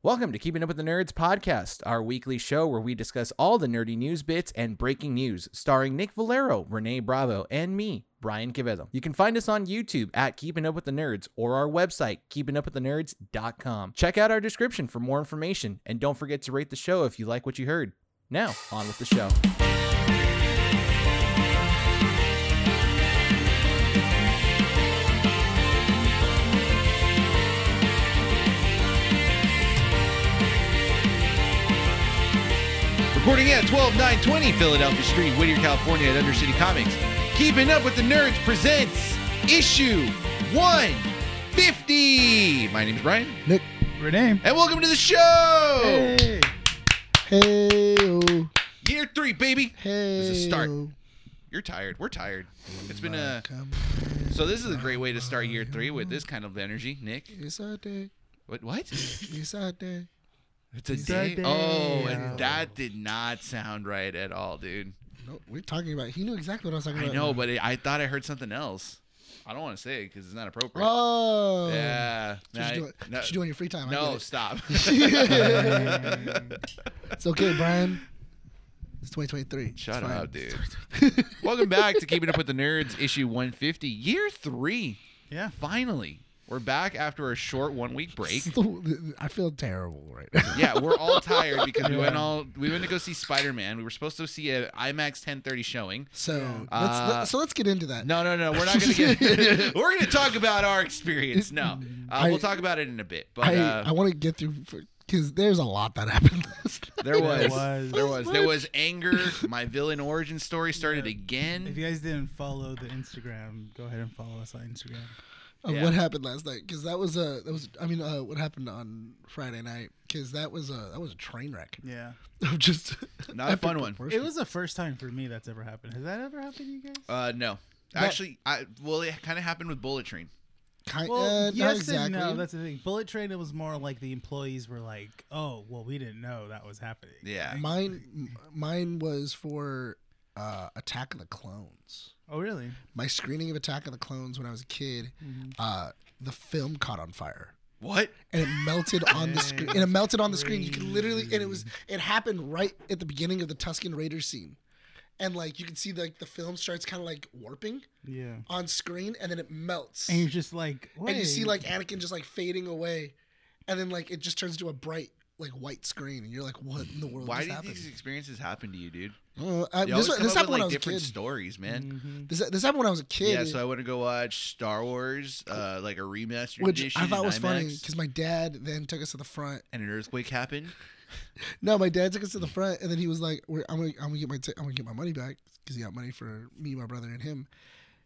Welcome to Keeping Up with the Nerds podcast, our weekly show where we discuss all the nerdy news bits and breaking news, starring Nick Valero, Renee Bravo, and me, Brian Quevedo. You can find us on YouTube at Keeping Up with the Nerds or our website, keepingupwiththenerds.com. Check out our description for more information, and don't forget to rate the show if you like what you heard. Now, on with the show. Reporting at 12920 Philadelphia Street, Whittier, California at Undercity Comics. Keeping Up with the Nerds presents issue 150. My name is Brian, Nick. Rename. and welcome to the show. Hey. Hey. Year three, baby. Hey. This is a start. You're tired. We're tired. It's been uh, a. So, this is a great way to start year three with this kind of energy, Nick. It's our day. What? What? It's our day. It's a It's day. a day. Oh, and that did not sound right at all, dude. No, we're talking about. He knew exactly what I was talking I about. know, but it, I thought I heard something else. I don't want to say it because it's not appropriate. Oh. Yeah. That's what you Nah, do, no, what you do on your free time. I no, get it. stop. It's okay, Brian. It's 2023. It's Shut fine. up, dude. Welcome back to Keeping Up with the Nerds, issue 150, year three. Yeah. Finally, we're back after a short one week break. I feel terrible right now. Yeah, we're all tired because we went Yeah. all we went to go see Spider Man. We were supposed to see a IMAX 10:30 showing. So let's Uh, let, so let's get into that. No, no, no. We're not gonna get. we're gonna talk about our experience. No, uh, I- we'll talk about it in a bit. But I, uh, I want to get through because there's a lot that happened. Last night. there There was, was. there was, there was anger. My villain origin story started Yeah. again. If you guys didn't follow the Instagram, go ahead and follow us on Instagram. of Yeah. what happened last night because that was a that was I mean uh, what happened on Friday night because that was a that was a train wreck Yeah. of just Not a fun epic one. proportions. It was the first time for me that's ever happened. Has that ever happened to you guys? Uh, no. But- Actually, I well, it kind of happened with Bullet Train. kind Well, uh, not yes exactly. and no. That's the thing. Bullet Train, it was more like the employees were like, "Oh, well, we didn't know that was happening." Yeah. mine m- mine was for uh, Attack of the Clones. Oh, really? My screening of Attack of the Clones when I was a kid, Mm-hmm. uh, the film caught on fire. What? and it melted on the screen. And it melted on the screen. You could literally, and it was, Crazy. it happened right at the beginning of the Tuscan Raiders scene, and like you can see like the film starts kind of like warping Yeah. on screen, and then it melts, And you're and just like, Wait. you see like Anakin just like fading away, and then like it just turns into a bright like white screen, and you're like, what in the world Why just did happened? these experiences happen to you, dude? Uh, I- They this this always come up happened with when I like was a different kid. stories, man. Mhm. This, this happened when I was a kid. Yeah, so I went to go watch Star Wars, uh, like a remastered which edition I thought in was funny IMAX, because my dad then took us to the front and an earthquake happened. No, my dad took us to the front, and then he was like, We're, "I'm gonna, I'm gonna get my, ti- I'm gonna get my money back because he got money for me, my brother, and him."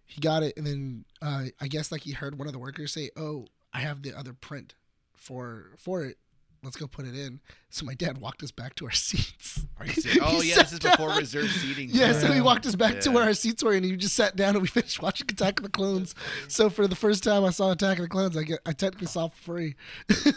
He got it, and then uh, I guess like he heard one of the workers say, "Oh, I have the other print for for it. Let's go put it in." So my dad walked us back to our seats. Are you serious? Oh He yeah, this is sat before down. reserved seating. Yeah, so he Yeah. walked us back to Yeah. where our seats were, and he just sat down, and we finished watching Attack of the Clones. So for the first time, I saw Attack of the Clones. I get, I technically saw it for free.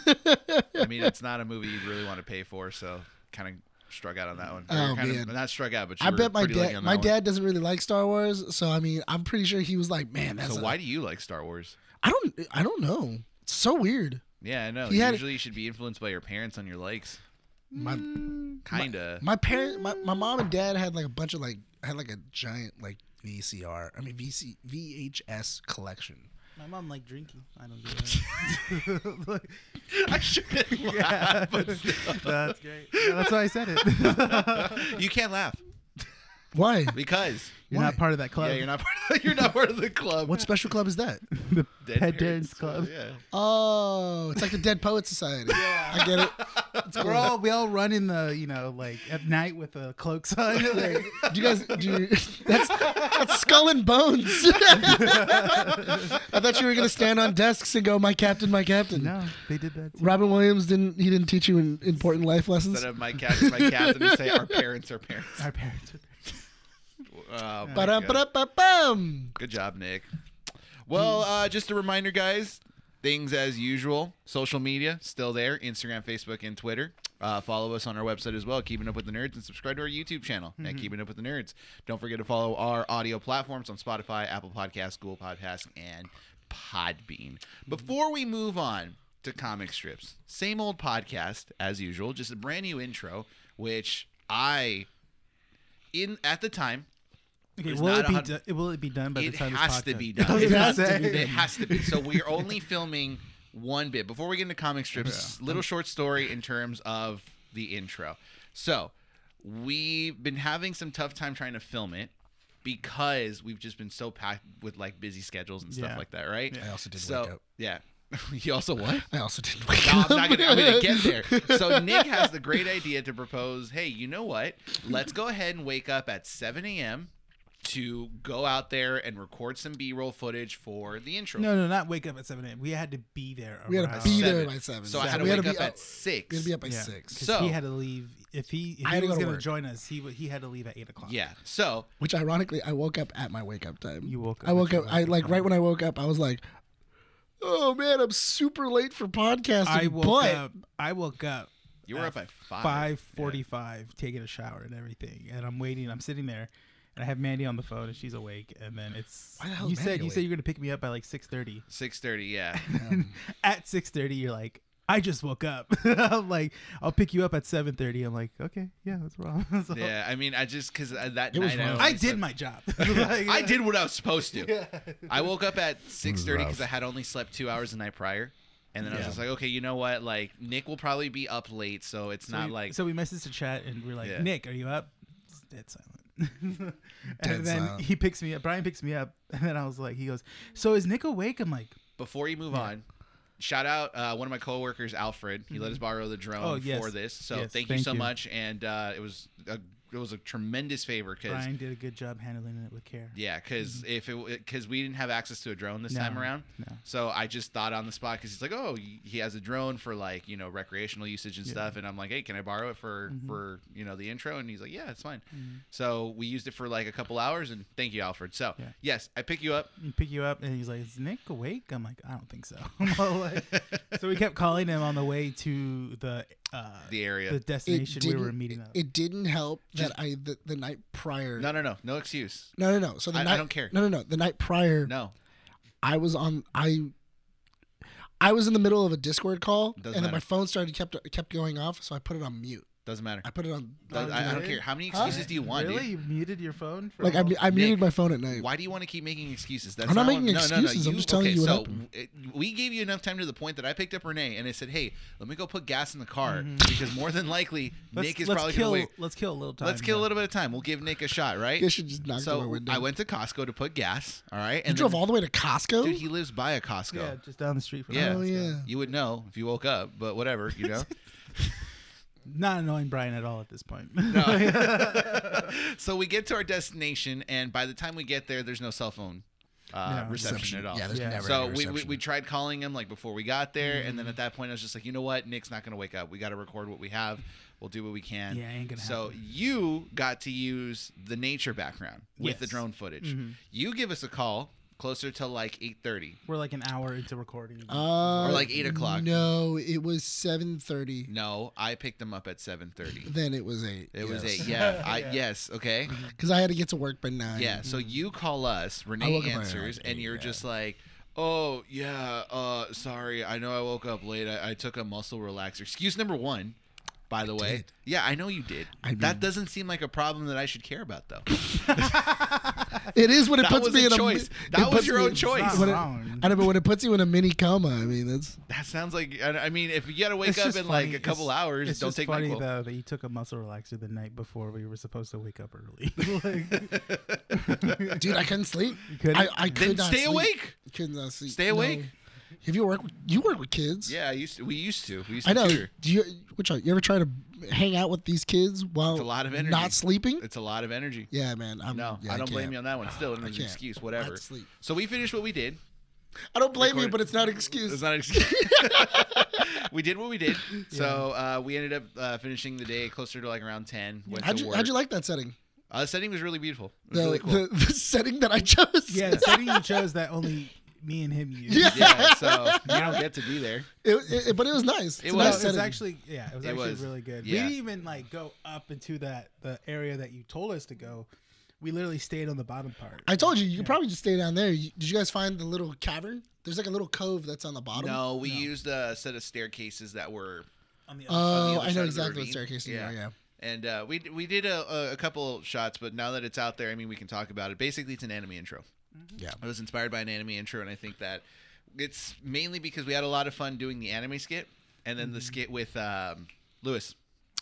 I mean, it's not a movie you would really want to pay for, so kind of struck out on that one. Or Oh, kinda- man. not struck out, but you I were bet my pretty lucky dad on my that one. dad doesn't really like Star Wars, so I mean, I'm pretty sure he was like, "Man, that's So a- why do you like Star Wars? I don't I don't know. It's so weird. Yeah, I know. He had- Usually, you should be influenced by your parents on your likes. My Mm. Kinda. my parent my, my mom and dad had like a bunch of like had like a giant like VCR, I mean VC VHS collection. my mom like drinking. I don't do that. Like, I shouldn't yeah, laugh, but still. that's great. Yeah, that's why I said it. you can't laugh Why? because You're Why? not part of that club. yeah, you're not part of the, you're not part of the club. what special club is that? the Dead Pet Parents Parents Club. Yeah. Oh, it's like the Dead Poet Society. I get it. It's We're cool. all we all run in the you know like at night with the cloaks on. like, do you guys do you, that's that's skull and bones. I thought you were gonna stand on desks and go, My captain, my captain. no, they did that. Too. Robin Williams didn't he didn't teach you in, important life lessons? Instead of my captain, my captain to say our parents are parents. Our parents. Are Oh, my Ba-dum, God. ba-dum, ba-bum. Good job, Nick. Well, uh, just a reminder, guys. Things as usual. Social media still there: Instagram, Facebook, and Twitter. Uh, follow us on our website as well, Keeping Up with the Nerds, and subscribe to our YouTube channel at Keeping Up with the Nerds. Don't forget to follow our audio platforms on Spotify, Apple Podcasts, Google Podcasts, and Podbean. Before we move on to comic strips. Same old podcast as usual, just a brand new intro, which I in at the time Okay, It's will not it a be hun- do- will it be done by it the time this has to podcast- be done. I was It gonna has to say. be It has to be. So we're only filming one bit. Before we get into comic strips, little short story in terms of the intro. So we've been having some tough time trying to film it because we've just been so packed with like busy schedules and stuff Yeah. like that, right? I also did wake So up. yeah. you also what? I also did wake No, up. I'm not gonna, I'm gonna get there. So Nick has the great idea to propose. Hey, you know what? Let's go ahead and wake up at 7 a.m. to go out there and record some B-roll footage for the intro. No, no, not wake up at seven a.m. We had to be there. We had around- to be there Seven. by seven. so I had to we wake be up at out- we six. had to be up by Yeah. six, 'Cause So- he had to leave. If he if I he had to was go to going to work. join us, he wa- he had to leave at eight o'clock. Yeah. So which ironically I woke up at my wake up time. You woke up I woke at up. your I wake-up like right time. when I woke up, I was like, "Oh man, I'm super late for podcasting." I woke but up. I woke up you were At up at five. five Yeah. forty-five, taking a shower and everything, and I'm waiting. I'm sitting there, and I have Mandy on the phone, and she's awake. And then it's Why the hell you is said Mandy you said awake? you're going to pick me up at like six thirty. 6:30, yeah. at six thirty, you're like. I just woke up. I'm like, I'll pick you up at seven thirty. I'm like, okay, yeah, that's wrong. So- Yeah, I mean, I just because that It was night I, rough. only I did slept- my job. I did what I was supposed to. I woke up at 6:30 because I had only slept two hours the night prior, and then I was Yeah. just like, okay, you know what? Like Nick will probably be up late, so it's So not we, like So we messaged the chat and we're like, Yeah. Nick, are you up? It's dead silent. and Dead then silent. he picks me up. Brian picks me up, and then I was like, he goes, so is Nick awake? I'm like, before you move on, shout out uh, one of my coworkers, Alfred. He let us borrow the drone Oh, yes. for this, so Yes, thank, you thank so you. much. And uh, it was a, it was a tremendous favor because Brian did a good job handling it with care. yeah, because if it because we didn't have access to a drone this Mm-hmm. No, time around, no. so I just thought on the spot because he's like, oh, he has a drone for like you know recreational usage and stuff, and I'm like, hey, can I borrow it for Mm-hmm. for you know the intro? And he's like, yeah, it's fine. So we used it for like a couple hours, and thank you, Alfred. So Yeah. yes, I pick you up. And pick you up, and he's like, is Nick awake? I'm like, I don't think so. I'm like- so we kept calling him on the way to the uh, The area. the it destination didn't. we were meeting up. It didn't help Just- that I the, the night prior. no, no, no, no excuse. no, no, no. So the I- I night, don't care. No, no, no. The night prior, No, I was on. I I was in the middle of a Discord call, and Doesn't then my matter. phone started kept kept going off, so I put it on mute. doesn't matter. I put it on. I, Oh, I- I don't dude. care. How many Huh? excuses do you want, really? dude? You muted your phone? For Like I, all- mu- I muted Nick, my phone at night. Why do you want to keep making excuses? That's I'm not what- making no, No, excuses. no, I'm you, just telling okay, you what so happened. it- we gave you enough time to the point that I picked up Renee and I said, "Hey, let me go put gas in the car Mm-hmm. because more than likely Let's- Nick is let's probably kill, going to wait. Let's kill a little time. Let's kill a yeah. little bit of time. We'll give Nick a shot, right?" You should just knock on my so window. I went to Costco to put gas. All right, and You drove then- all the way to Costco. Dude, he lives by a Yeah, Costco. just down the street from Yeah. us. oh yeah. You would know if you woke up, but whatever, you know. Not annoying Brian at all at this point. No. Uh, so we get to our destination, and by the time we get there, there's no cell phone uh, reception, No. Reception. at all. Yeah, there's Yeah. never so any we, we, reception. we tried calling him like before we got there, and Mm. then at that point I was just like, you know what, Nick's not gonna wake up. We got to record what we have. We'll do what we can. Yeah, ain't gonna So happen. you got to use the nature background with the Yes. Mm-hmm. drone footage. You give us a call closer to like eight thirty We're like an hour into recording. Uh, or like eight o'clock. No, it was seven thirty. No, I picked him up at seven thirty. Then it was eight. It was eight. Yeah, I, Yeah. Mm-hmm. yes. Okay. Because I had to get to work by nine. Yeah. So you call us, I Renee woke up around answers, and eight, you're yeah. just like, "Oh yeah, uh, sorry. I know I woke up late. I, I took a muscle relaxer." Excuse number one, by the way. did. Yeah, I know you did. I that mean- doesn't seem like a problem that I should care about, though. It is when it That puts was me a in a choice. mi- That it was puts your me own in- choice. It's not When it, wrong. I know, but when it puts you in a mini coma, I mean that's that sounds like. I I mean, if you gotta wake It's up in just like funny. a couple It's- hours, It's don't just take funny Nyquil. though that you took a muscle relaxer the night before we were supposed to wake up early. Like, dude. I couldn't sleep. couldn't? I, I could Then not stay sleep. awake. Could not sleep. Stay awake. No. Have you work? With, you work with kids. Yeah, I used to, we used to. We used to I know. tutor. Do you? Which are, you ever try to hang out with these kids while It's a lot of energy. not sleeping? It's a lot of energy. Yeah, man. I'm, No, yeah, I don't blame can't. you on that one. Still, an can't. excuse, whatever. I'd sleep. So we finished what we did. I don't blame you, Recorded. but it's not an It's excuse. not an excuse. we did what we did. So uh, we ended up uh, finishing the day closer to like around ten. Went How'd to you, work. how'd you like that setting? Uh, the setting was really beautiful. It was The, really cool. the, the setting that I chose. yeah, the setting you chose that only me and him used. Yeah. yeah, so you don't get to be there. It, it, but it was nice. It's It a No, was. nice it was setting. actually yeah, it was It actually was, really good. yeah. We didn't even like go up into that the area that you told us to go. we literally stayed on the bottom part. I told you, you could probably just stay down there. You, did you guys find the little cavern? There's like a little cove that's on the bottom. No, we used a set of staircases that were, on the on the Oh, other I side know of the exactly what ravine. staircase you Yeah. are. Yeah. and uh, we d- we did a, a, a couple shots, but now that it's out there, I mean, we can talk about it. Basically, it's an anime intro. Mm-hmm. Yeah. I was inspired by an anime intro, and I think that it's mainly because we had a lot of fun doing the anime skit, and then the Mm-hmm. skit with um, Lewis.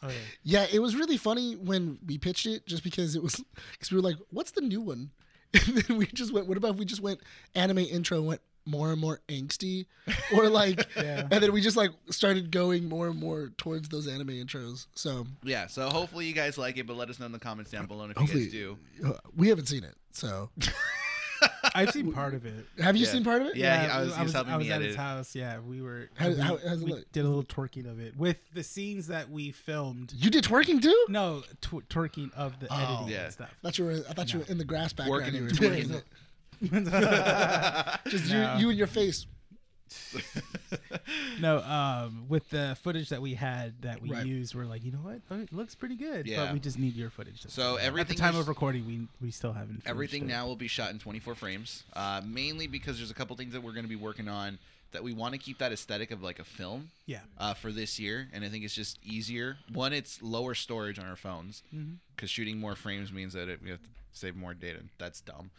oh, yeah. Yeah, it was really funny when we pitched it, just because it was because we were like, "What's the new one?" And then we just went, "What about if we just went anime intro and went more and more angsty, or like?" Yeah. And then we just like started going more and more towards those anime intros. So Yeah, so hopefully you guys like it, but let us know in the comments down below. And if Hopefully- you guys do, uh, we haven't seen it. So I've seen part of it. have you Yeah. seen part of it? Yeah, he- I was- he was helping I was me at edit his it. house. Yeah, we were. How- we, how- how's it we look? did a little twerking of it with the scenes that we filmed. You did twerking too? No, tw- twerking of the editing Oh. Yeah. and stuff. I thought you were. I thought you were in the grass background. Working you and were doing twerking. it. Just you, you and your face. No, um, with the footage that we had that we Right. used, we're like, you know what? Oh, It looks pretty good. Yeah. But we just need your footage. That's So all. at the everything time was- of recording, we we still haven't. finished everything it. now will be shot in 24 frames, uh, mainly because there's a couple things that we're going to be working on that we want to keep that aesthetic of like a film Yeah. uh, for this year, and I think it's just easier. One, it's lower storage on our phones because shooting more frames means that it, we have to save more data. That's dumb.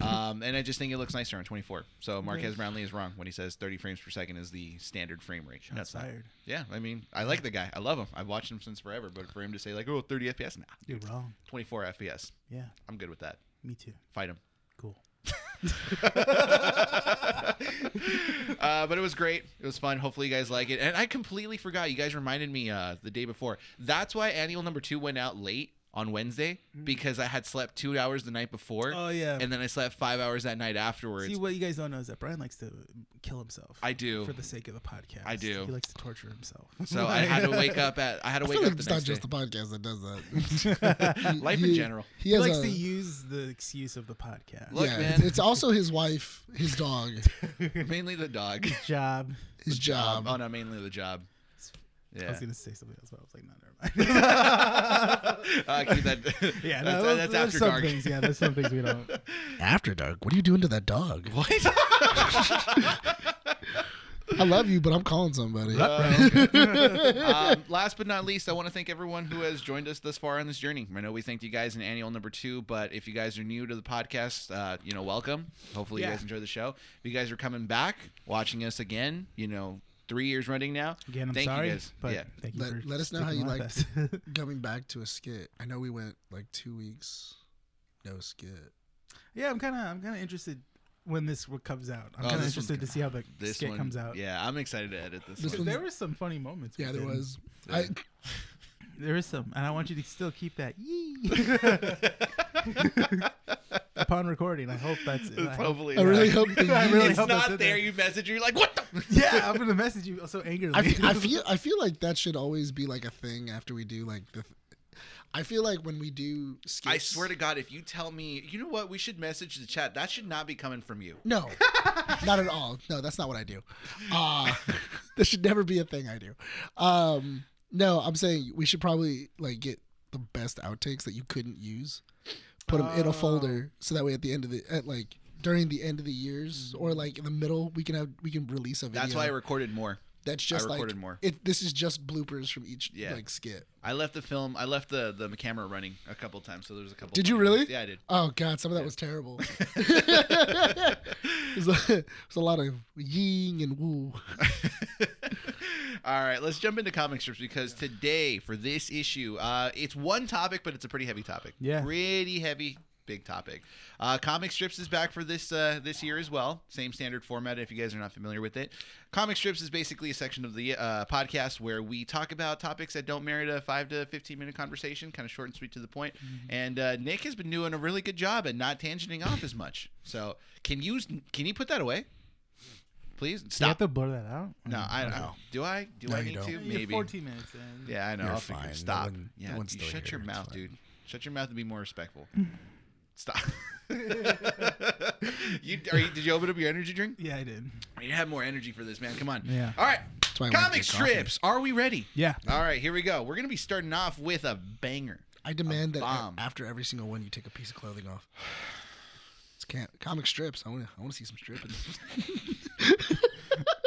Um, and I just think it looks nicer on 24. So Marquez Brownlee is wrong when he says 30 frames per second is the standard frame rate. That's That's not. tired. Yeah, I mean, I like the guy. I love him. I've watched him since forever. But for him to say like, oh, 30 FPS, nah, You're wrong. 24 FPS, Yeah. I'm good with that. Me too. Fight him. Cool. uh, but it was great. It was fun. Hopefully you guys like it. And I completely forgot. You guys reminded me uh, the day before. That's why annual number two went out late on Wednesday because I had slept two hours the night before, Oh yeah. and then I slept five hours that night afterwards. See what you guys don't know is that Brian likes to kill himself. I do. for the sake of the podcast. I do. He likes to torture himself. so I had to wake up at. I had to I wake feel like up the it's next not day. just the podcast that does that. He- Life in he- general. He, He has likes a, to use the excuse of the podcast. Look, yeah, man. it's- it's also his wife, his dog, Mainly the dog. job. his job. oh no, mainly the job. I Yeah. was gonna say something else, but I was like, no, never mind. Uh, keep that. yeah, that's, uh, no, that's there's after some dark. Things, yeah, there's some things we don't. After dark, what are you doing to that dog? What? I love you, but I'm calling somebody. um, last but not least, I want to thank everyone who has joined us thus far on this journey. I know we thanked you guys in annual number two, but if you guys are new to the podcast, uh, you know, welcome. Hopefully, you Yeah. guys enjoy the show. If you guys are coming back, watching us again, you know, three years running now. Again, I'm thank sorry, you guys. but yeah. thank you Let- for let us know how sticking you with liked us. Coming back to a skit. I know we went like two weeks, no skit. yeah, I'm kind of, I'm kind of interested when this w- comes out. I'm Oh, kind of this one's interested to gonna- see how the This skit one comes out. Yeah, I'm excited to edit this, This one. Because there were some funny moments. we Yeah, there did. was. I, There is some, and I want you to still keep that. yee. Upon recording, I hope that's. It. I hope- Hopefully, I really not. hope that I you- really it's hope that's not there. in there. You message, you're like, what the? yeah, I'm gonna message you so angrily. I, f- I feel I feel like that should always be like a thing after we do like the. th- I feel like when we do skits, I swear to God, if you tell me, you know what, we should message the chat. That should not be coming from you. No, not at all. No, that's not what I do. Uh, this should never be a thing I do. Um, no, I'm saying we should probably like get the best outtakes that you couldn't use, put them in a folder so that way at the end of the at like during the end of the years or like in the middle we can have we can release a video. Mm-hmm. That's why I recorded more. that's just recorded like more. It, this is just bloopers from each Yeah. like skit. I left the film. I left the the camera running a couple times, so there's a couple. Did you funny really? moments. Yeah, I did. Oh god, some of that was terrible. it, was a, it was a lot of ying and woo. All right, let's jump into comic strips because today for this issue, uh, it's one topic, but it's a pretty heavy topic. Yeah. pretty heavy, big topic. Uh, comic strips is back for this uh, this year as well. Same standard format. If you guys are not familiar with it, comic strips is basically a section of the uh, podcast where we talk about topics that don't merit a five to fifteen minute conversation, kind of short and sweet to the point. Mm-hmm. And uh, Nick has been doing a really good job at not tangenting off as much. So can you can you put that away? Please Do you stop. have to blur that out. No, I don't know. Do I? Do Mm-hmm. No, I you need don't. to? You're You're Maybe. 14 minutes in. Yeah, I know. You're I'll figure- fine. No Stop. one- yeah, no one's you still shut here. your It's mouth, fine. dude. Shut your mouth and be more respectful. Stop. you are you, did you open up your energy drink? Yeah, I did. You have more energy for this, man. Come on. Yeah. All right. why I like Comic your coffee. strips. Are we ready? Yeah. All right. Here we go. We're gonna be starting off with a banger. I demand that a- bomb. after every single one, you take a piece of clothing off. It's can't, comic strips. I want to. I want to see some stripping.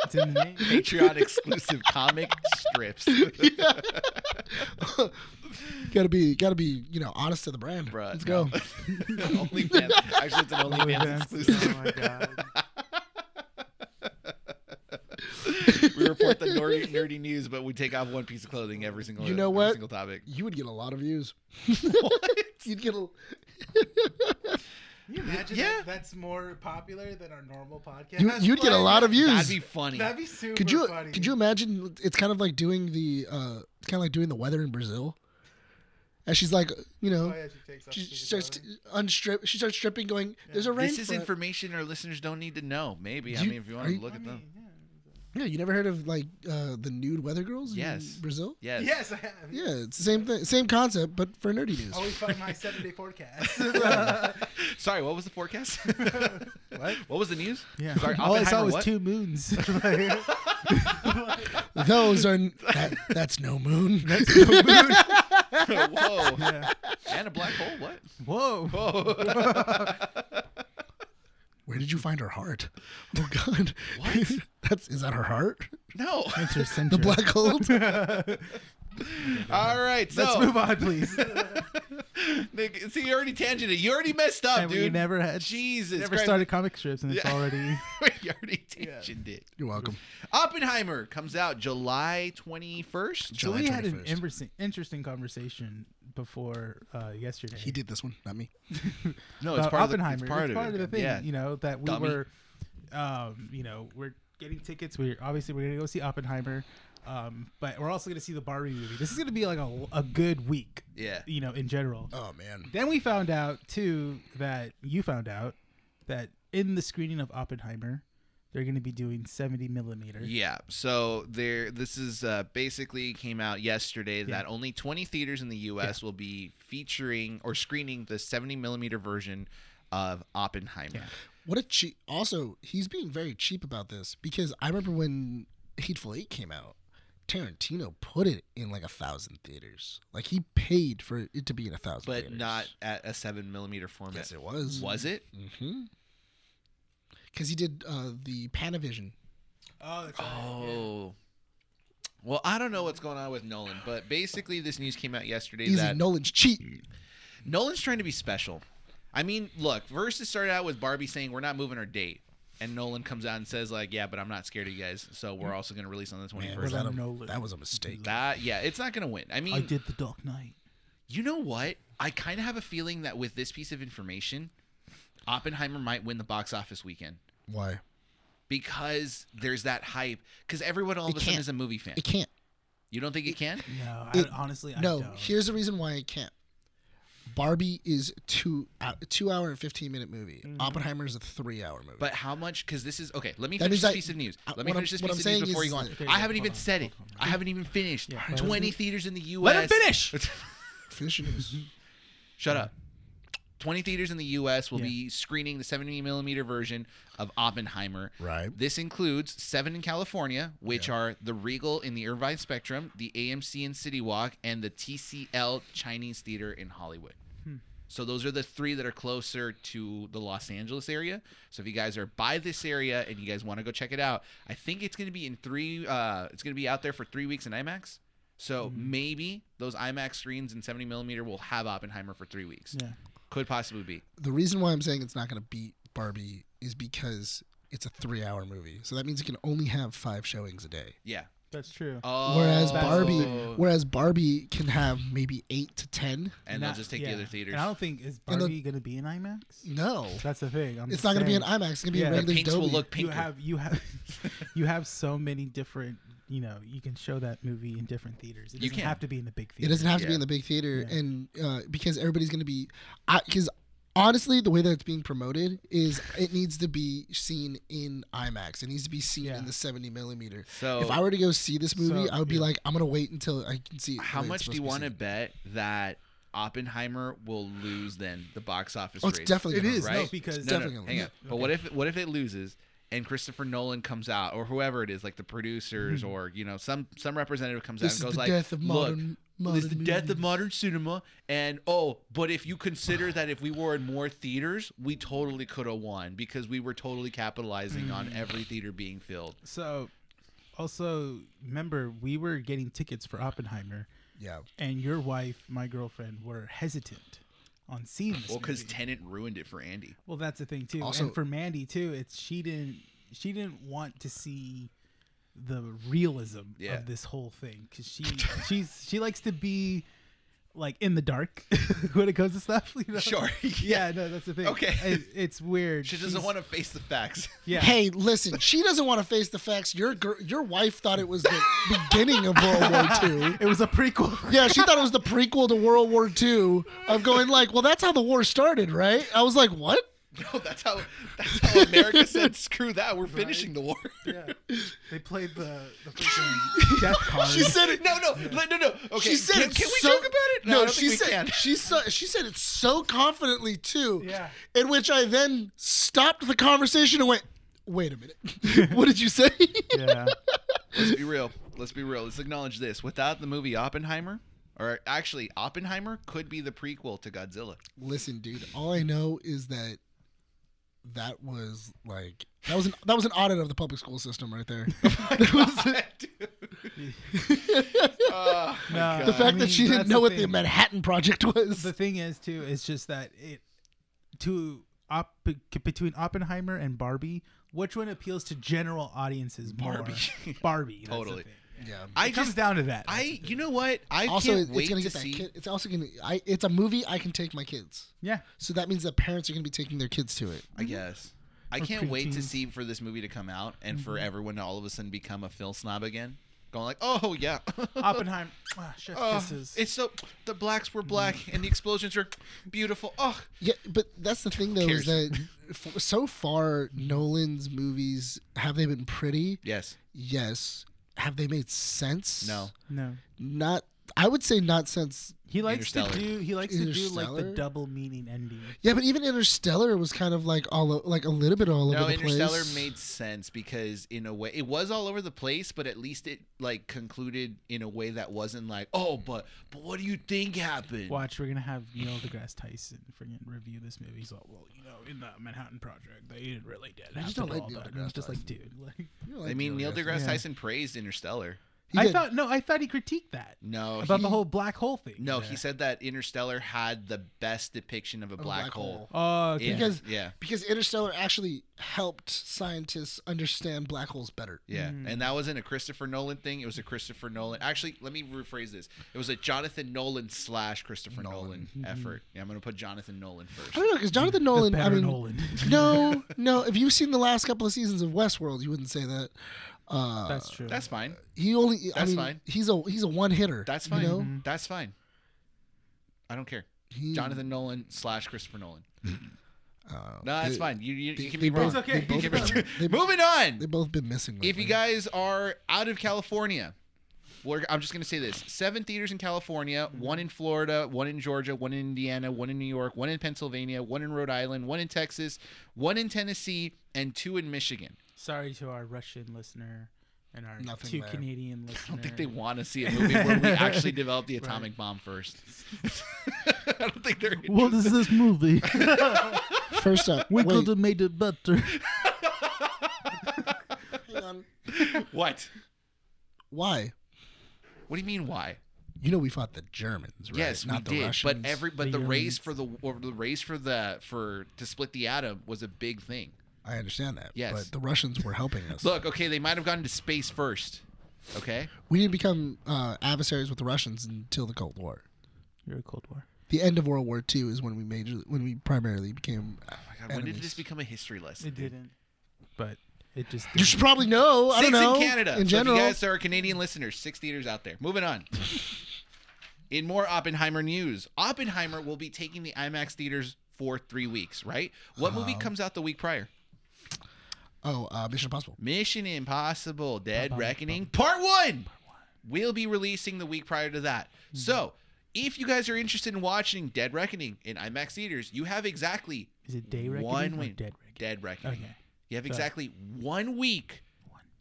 It's in the name. Patreon exclusive comic strips. gotta be. Gotta be. You know, honest to the brand. Bruh, Let's no. go. OnlyFans. Actually, it's an OnlyFans exclusive. Oh my god. we report the nerdy, nerdy news, but we take off one piece of clothing every single. You know every what? Single topic. You would get a lot of views. You'd get a. Can you imagine Yeah. if that's more popular than our normal podcast? You, you'd get a lot of views. That'd be funny. That'd be super could you funny. could you imagine it's kind of like doing the uh it's kind of like doing the weather in brazil and she's like you know Oh, yeah, she takes off she the starts clothing. t- unstrip she starts stripping going there's a rain this is front." information our listeners don't need to know. Maybe. I You- mean, if you are want you- to look I at them. mean, yeah you never heard of like uh the nude weather girls Yes. in brazil yeah. Yes. Yes, I have. yeah it's the same thing same concept but for nerdy news Oh, Always find my seven day forecast. Sorry, what was the forecast? what? What was the news? yeah. Sorry, All I Oppenheimer saw was what? two moons. those are n- that, that's no moon Whoa. Yeah. And a black hole. What? Oh, Whoa. Whoa. where did you find her heart oh god What? that's is that her heart no. the black hole All right. So Let's move on, please. Nick, see, you already tangented. You already messed up, And we dude. never had- Jesus. Never Christ. started comic strips, and it's Yeah. already. you already Yeah. tangented it. you're welcome Oppenheimer comes out July 21st. So July we had an 21st. interesting, interesting conversation before uh, yesterday. he did this one not me No, about Oh, it's part Uh, Oppenheimer. of the, it's part, of, it. the thing, Yeah. you know, that we Dummy. were, um, you know, we're getting tickets. We're obviously we're gonna go see Oppenheimer, um, but we're also gonna see the Barbie movie. This is gonna be like a, a good week, Yeah. you know, in general. oh man Then we found out too that you found out that in the screening of Oppenheimer, they're gonna be doing seventy millimeter. Yeah. So there this is uh, basically came out yesterday Yeah. that only 20 theaters in the US will be featuring or screening the 70 millimeter version of Oppenheimer. Yeah. What a cheap. Also, he's being very cheap about this because I remember when Hateful Eight came out, Tarantino put it in like a thousand theaters. Like he paid for it to be in a thousand, But theaters. not at a 7 millimeter format. Yes, it was. Was it? Mm-hmm. Because he did uh, the Panavision. Oh, that's Oh. Well, I don't know what's going on with Nolan, but basically this news came out yesterday Easy. that Mm, Nolan's cheat. Nolan's trying to be special. I mean, look, Versus started out with Barbie saying we're not moving our date, and Nolan comes out and says like, "Yeah, but I'm not scared of you guys, so Mm. we're also going to release on the 21st." was that, that a, a- Nolan. that was a mistake. That yeah, it's not going to win. I mean, I did the Dark Knight. you know what? I kind of have a feeling that with this piece of information, Oppenheimer might win the box office weekend Why? because there's that hype because everyone all of It a sudden can't. is a movie fan. It can't. You don't think it can? No, It- I, honestly, I no. don't. Here's the reason why it can't. Barbie is two uh, two hour and fifteen minute movie. Oppenheimer is a three hour movie. Mm-hmm. But how much? Because this is okay. Let me That finish means this I- piece of news. I- Let me what I'm- finish this what piece I'm of news saying before is- you go on. Okay, I yeah, haven't hold even on, said it. hold on. I haven't even finished. Yeah, let him Twenty theaters in the U.S. Let him finish. Finish your news. Shut up. 20 theaters in the U.S. will Yeah. be screening the 70 millimeter version of Oppenheimer. Right. This includes seven in California, which are the Regal in the Irvine Spectrum, the AMC in City Walk, and the TCL Chinese Theater in Hollywood. Hmm. So those are the three that are closer to the Los Angeles area. So if you guys are by this area and you guys want to go check it out, I think it's going to be in three. Uh, it's going to be out there for three weeks in IMAX. So Hmm. maybe those IMAX screens in 70 millimeter will have Oppenheimer for three weeks. Yeah. Could possibly be. the reason why I'm saying it's not going to beat Barbie is because it's a three-hour movie, so that means it can only have five showings a day. Yeah. That's true. Oh, whereas Barbie, and whereas Barbie can have maybe eight to ten. they'll I- just take yeah. the other theaters. And I don't think is And the- Barbie going to be in IMAX. No, That's the thing. I'm it's not going to be an saying. IMAX. It's going to be Yeah. a The The regular pinks will Dolby. look You pinker. have you have you have so many different. You know, you can show that movie in different theaters. It You doesn't can. have to be in the big It theater. doesn't have to be Yeah. in the big theater, Yeah. and uh, because everybody's going to be, because honestly, the way that it's being promoted is it needs to be seen in IMAX. It needs to be seen Yeah. in the seventy millimeter. so if I were to go see this movie, So, I would be yeah. like, I'm going to wait until I can see. It the How way it's much do supposed you be want to seen. bet that Oppenheimer will lose then the box office? Oh, it's rate? definitely. It gonna is lose. no right? because no, no, definitely hang on. lose. But what if what if it loses and Christopher Nolan comes out or whoever it is, like the producers or you know some some representative comes Hmm. This is out and goes the like, death of "Look, modern well, it's the Modern death of movies. modern cinema, and oh, but if you consider that if we were in more theaters, we totally could have won because we were totally capitalizing Hmm. on every theater being filled. So, also remember we were getting tickets for Oppenheimer, Yeah. and your wife, my girlfriend, were hesitant on seeing this. Well, because movie. Tenant ruined it for Andy. well, that's the thing too. Also- and for Mandy too, it's she didn't she didn't want to see the realism Yeah. of this whole thing because she she's she likes to be like in the dark when it comes to stuff. You know? Sure, Yeah. no, that's the thing. Okay. It- it's weird. She doesn't want to face the facts. Yeah. Hey, listen. She doesn't want to face the facts. Your girl, your wife thought it was the beginning of World War II. It was a prequel. Yeah, she thought it was the prequel to World War II. Of going like, well, that's how the war started, right? I was like, what? No, that's how that's how America said, "Screw that, we're finishing the war." Yeah. They played the the freaking death card. She said it. No, no, no, no, no. Okay, She said can, it can we so- joke about it? No, I don't she think we said can. she so, she said it so confidently too. Yeah. In which I then stopped the conversation and went, "Wait a minute, what did you say?" yeah. Let's be real. Let's be real. Let's acknowledge this. Without the movie Oppenheimer, or actually, Oppenheimer could be the prequel to Godzilla. Listen, dude. All I know is that that was like that was an that was an audit of the public school system right there. Oh, my No. God. the fact I that mean, she didn't that's know the what the thing. Manhattan Project was. The thing is too is just that it to op, between Oppenheimer and Barbie, which one appeals to general audiences more? Barbie. Barbie. That's Totally. The thing. yeah. I It comes just, down to that. I, you know what? I Also, can't it's wait gonna to get that see. kid. It's also gonna. I. It's a movie I can take my kids. yeah. So that means that parents are gonna be taking their kids to it. I guess. I can't wait to preteens. see for this movie to come out and for everyone to all of a sudden become a Phil snob again, going like, "Oh yeah, Oppenheimer. Ah, chef Oh, kisses. it's so the blacks were black and the explosions were beautiful." Oh, Yeah, but that's the thing though cares? is that f so far Nolan's movies have they been pretty? yes, Yes. Have they made sense? no, no. Not. I would say not sense. He likes to Interstellar. do. He likes to do like the Interstellar? double meaning ending. Yeah, but even Interstellar was kind of like all o- like a little bit all no. over the Interstellar place. made sense because in a way it was all over the place, but at least it like concluded in a way that wasn't like, "Oh, but but what do you think happened?" Watch, we're gonna have Neil deGrasse Tyson friggin' review this movie. He's like, well, you know, in the Manhattan Project, they didn't really did. just happen don't like all Neil that. And I'm deGrasse just like, dude, like, You know, I like, mean, Neil deGrasse Yeah. Tyson praised Interstellar. he I did. thought no, I thought he critiqued that No, Oh, he- about the whole black hole thing. no, he said that Interstellar had the best depiction of a black, black hole. hole. Oh, okay. Yeah, Because- yeah. because Interstellar actually helped scientists understand black holes better. Yeah, and that wasn't a Christopher Nolan thing. It was a Christopher Nolan. Actually, let me rephrase this. It was a Jonathan Nolan slash Christopher Nolan, effort. Yeah, I'm gonna put Jonathan Nolan I first. don't know because Jonathan Nolan. I better mean, Nolan. no, no. If you've seen the last couple of seasons of Westworld, you wouldn't say that. Uh, that's true. That's fine. he only. I That's mean, fine. he's a he's a one hitter. That's fine. You know? Mm. That's fine. I don't care. He- Jonathan Nolan slash Christopher Nolan. Uh, No, that's they- fine. You you, you they- can they be wrong. both- It's okay. they You can be- both been- they- Moving on. They both been missing. if you lately. guys are out of California, we're, I'm just going to say this seven theaters in California, Mm-hmm. one in Florida, one in Georgia, one in Indiana, one in New York, one in Pennsylvania, one in Rhode Island, one in Texas, one in Tennessee, and two in Michigan. Sorry to our Russian listener and our Nothing two there. Canadian listeners. I don't think they want to see a movie where we actually develop the atomic bomb first. I don't think they're. What is this movie? first up, we wait, could have made it better. hang on. What? why? What do you mean? Why? You know we fought the Germans, right? Yes, Not we the did. Russians. But every but The the race Germans. for the or the race for the for to split the atom was a big thing. I understand that. Yes. but the Russians were helping us. Look, okay, they might have gone to space first. Okay? we didn't become uh, adversaries with the Russians until the Cold War. You're a Cold War. The end of World War II is when we major when we primarily became. when did enemies. this become a history lesson? It didn't, but it just. You should probably know. I Six don't know. in Canada. In so general, if you guys are Canadian listeners, six theaters out there. Moving on. in more Oppenheimer news, Oppenheimer will be taking the IMAX theaters for three weeks, right? What movie comes out the week prior? oh, uh, Mission Impossible. Mission Impossible Dead Bum, bum, Reckoning Part 1 will be releasing the week prior to that. Hmm. So, if you guys are interested in watching Dead Reckoning in IMAX theaters, you have exactly Is it day reckoning one or week. dead reckoning? Dead Reckoning. Okay. You have exactly one week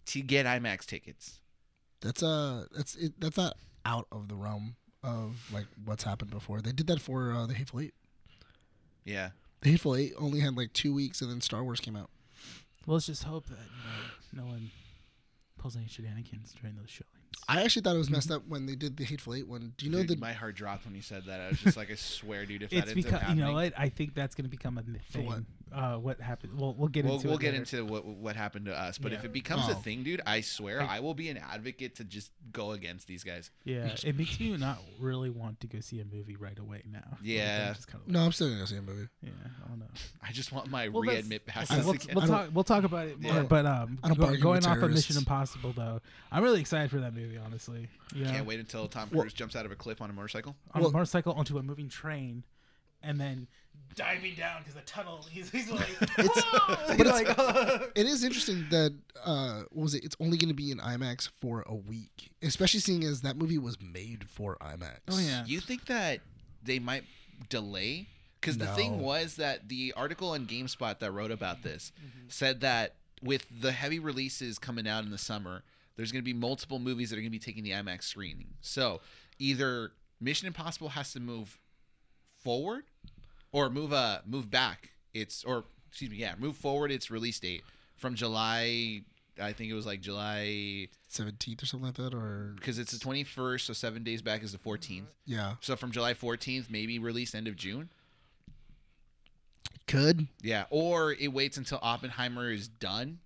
to get IMAX tickets. That's uh, that's it, that's not out of the realm of like what's happened before. They did that for uh, the Hateful Eight. Yeah. The Hateful Eight only had like two weeks, and then Star Wars came out. Well, let's just hope that you know, no one pulls any shenanigans during those showings. I actually thought it was messed up when they did the Hateful Eight one. Do you know Mm-hmm. Dude, the my heart dropped when you said that. I was just like, I swear, dude, if that It's ends up because you happening, know what I think that's going to become a myth thing. what? Uh, what happened? Well, we'll get we'll, into we'll it get later. into what what happened to us. But Yeah. if it becomes a Oh. thing, dude, I swear Like- I will be an advocate to just go against these guys. Yeah, it makes me not really want to go see a movie right away now. Like, I'm Yeah. just kinda like, No, I'm still gonna go see a movie. Yeah, I don't know. I just want my Well, that's- readmit We'll, passes we'll- again. we'll I don't- talk. We'll talk about it more. Yeah. But um, I don't go- bargain going with off of terrorists. Mission Impossible, though, I'm really excited for that movie. Honestly, you know, Can't wait until Tom Cruise Well- jumps out of a cliff on a motorcycle. on Well- a motorcycle onto a moving train, and then diving down because the tunnel. He's, he's like, "Whoa!" but He's it's- like, "Oh, It is interesting that uh, what was it? It's only gonna be in IMAX for a week, especially seeing as that movie was made for IMAX. oh yeah. You think that they might delay? Because the No. thing was that the article on GameSpot that wrote about this said that with the heavy releases coming out in the summer, there's going to be multiple movies that are going to be taking the IMAX screening. So either Mission Impossible has to move forward or move uh move back. It's or excuse me, yeah, move forward its release date from July. I think it was like July seventeenth or something like that, or because it's the 21st, so seven days back is the 14th. yeah, So from July 14th, maybe released end of June. could Yeah, or it waits until Oppenheimer is done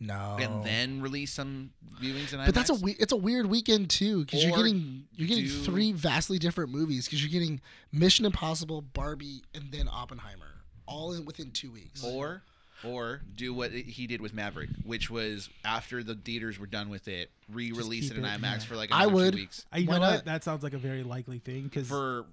no, and then release some viewings in IMAX. Oh. But that's a we- it's a weird weekend too because you're Or getting you're getting do- three vastly different movies because you're getting Mission Impossible, Barbie, and then Oppenheimer all in within two weeks. or or do what he did with Maverick, which was after the theaters were done with it, re-release it keep in it, IMAX yeah. for like I another would. two weeks I, you Why know what? not? That sounds like a very likely thing because for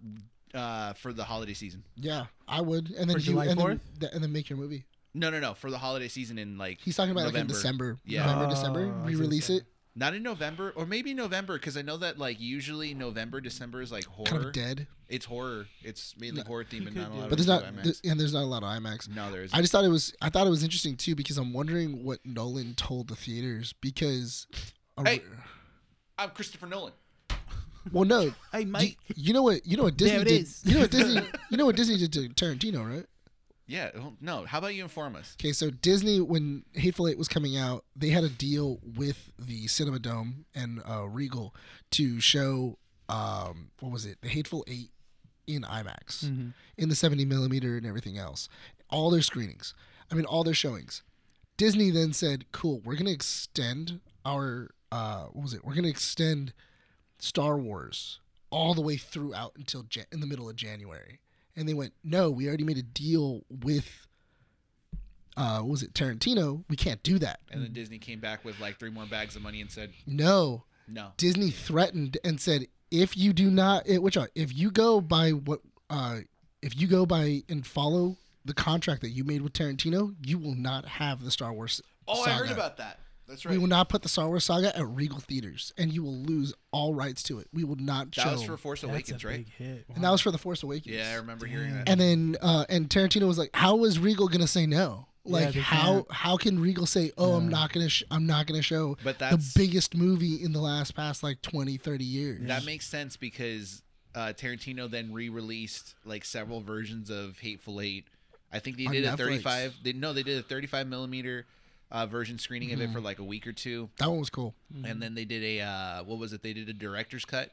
uh for the holiday season. Yeah, I would, and then For you July and then, 4th? th- and then make your movie. No, no, no, for the holiday season in like He's talking about like in November. December, Yeah. November, Oh, I December, see what we you're release saying. it. Not in November or maybe November because I know that like usually November December is like horror. Kind of dead, It's horror. It's mainly No, horror themed, and could not a do lot it. of but there's it not is IMAX. Mm-hmm. th- and there's not a lot of IMAX. no, there is. I just thought it was I thought it was interesting too because I'm wondering what Nolan told the theaters because. a- Hey. I'm Uh, Christopher Nolan. Well, no, I Do might. you, you know what you know what Disney There it did. is. You know what Disney you know what Disney did to Tarantino, right? Yeah. well, No. How about you inform us? Okay, so Disney when Hateful Eight was coming out, they had a deal with the Cinema Dome and uh, Regal to show um, what was it, the Hateful Eight in IMAX, in the 70 millimeter and everything else, all their screenings. I mean, all their showings. Disney then said, "Cool, we're gonna extend our uh, what was it? We're gonna extend Star Wars all the way throughout until Jan- in the middle of January." And they went, "No, we already made a deal with uh, what was it Tarantino? We can't do that." And then Disney came back with like three more bags of money and said, No, "No, Disney threatened and said, if you do not, it, which are, if you go by what, uh, if you go by and follow the contract that you made with Tarantino, you will not have the Star Wars. Oh, saga. that. That's We will not put the Star Wars saga at Regal theaters, and you will lose all rights to it. We will not that show. was for Force That's a Awakens, right? big hit. and that was for the Force Awakens. Yeah, I remember hearing that. And then, uh, and Tarantino was like, "How is Regal gonna say no? Like, they how can't. how can Regal say, oh, I'm not gonna, sh- I'm not gonna show But the that's- biggest movie in the last past like 20, 30 years? That makes sense because uh, Tarantino then re-released like several versions of Hateful Eight. I think they On did a Netflix. 35. They no, they did a 35 millimeter uh, version screening of Mm-hmm. it for like a week or two, That one was cool. and then they did a uh, what was it? They did a director's cut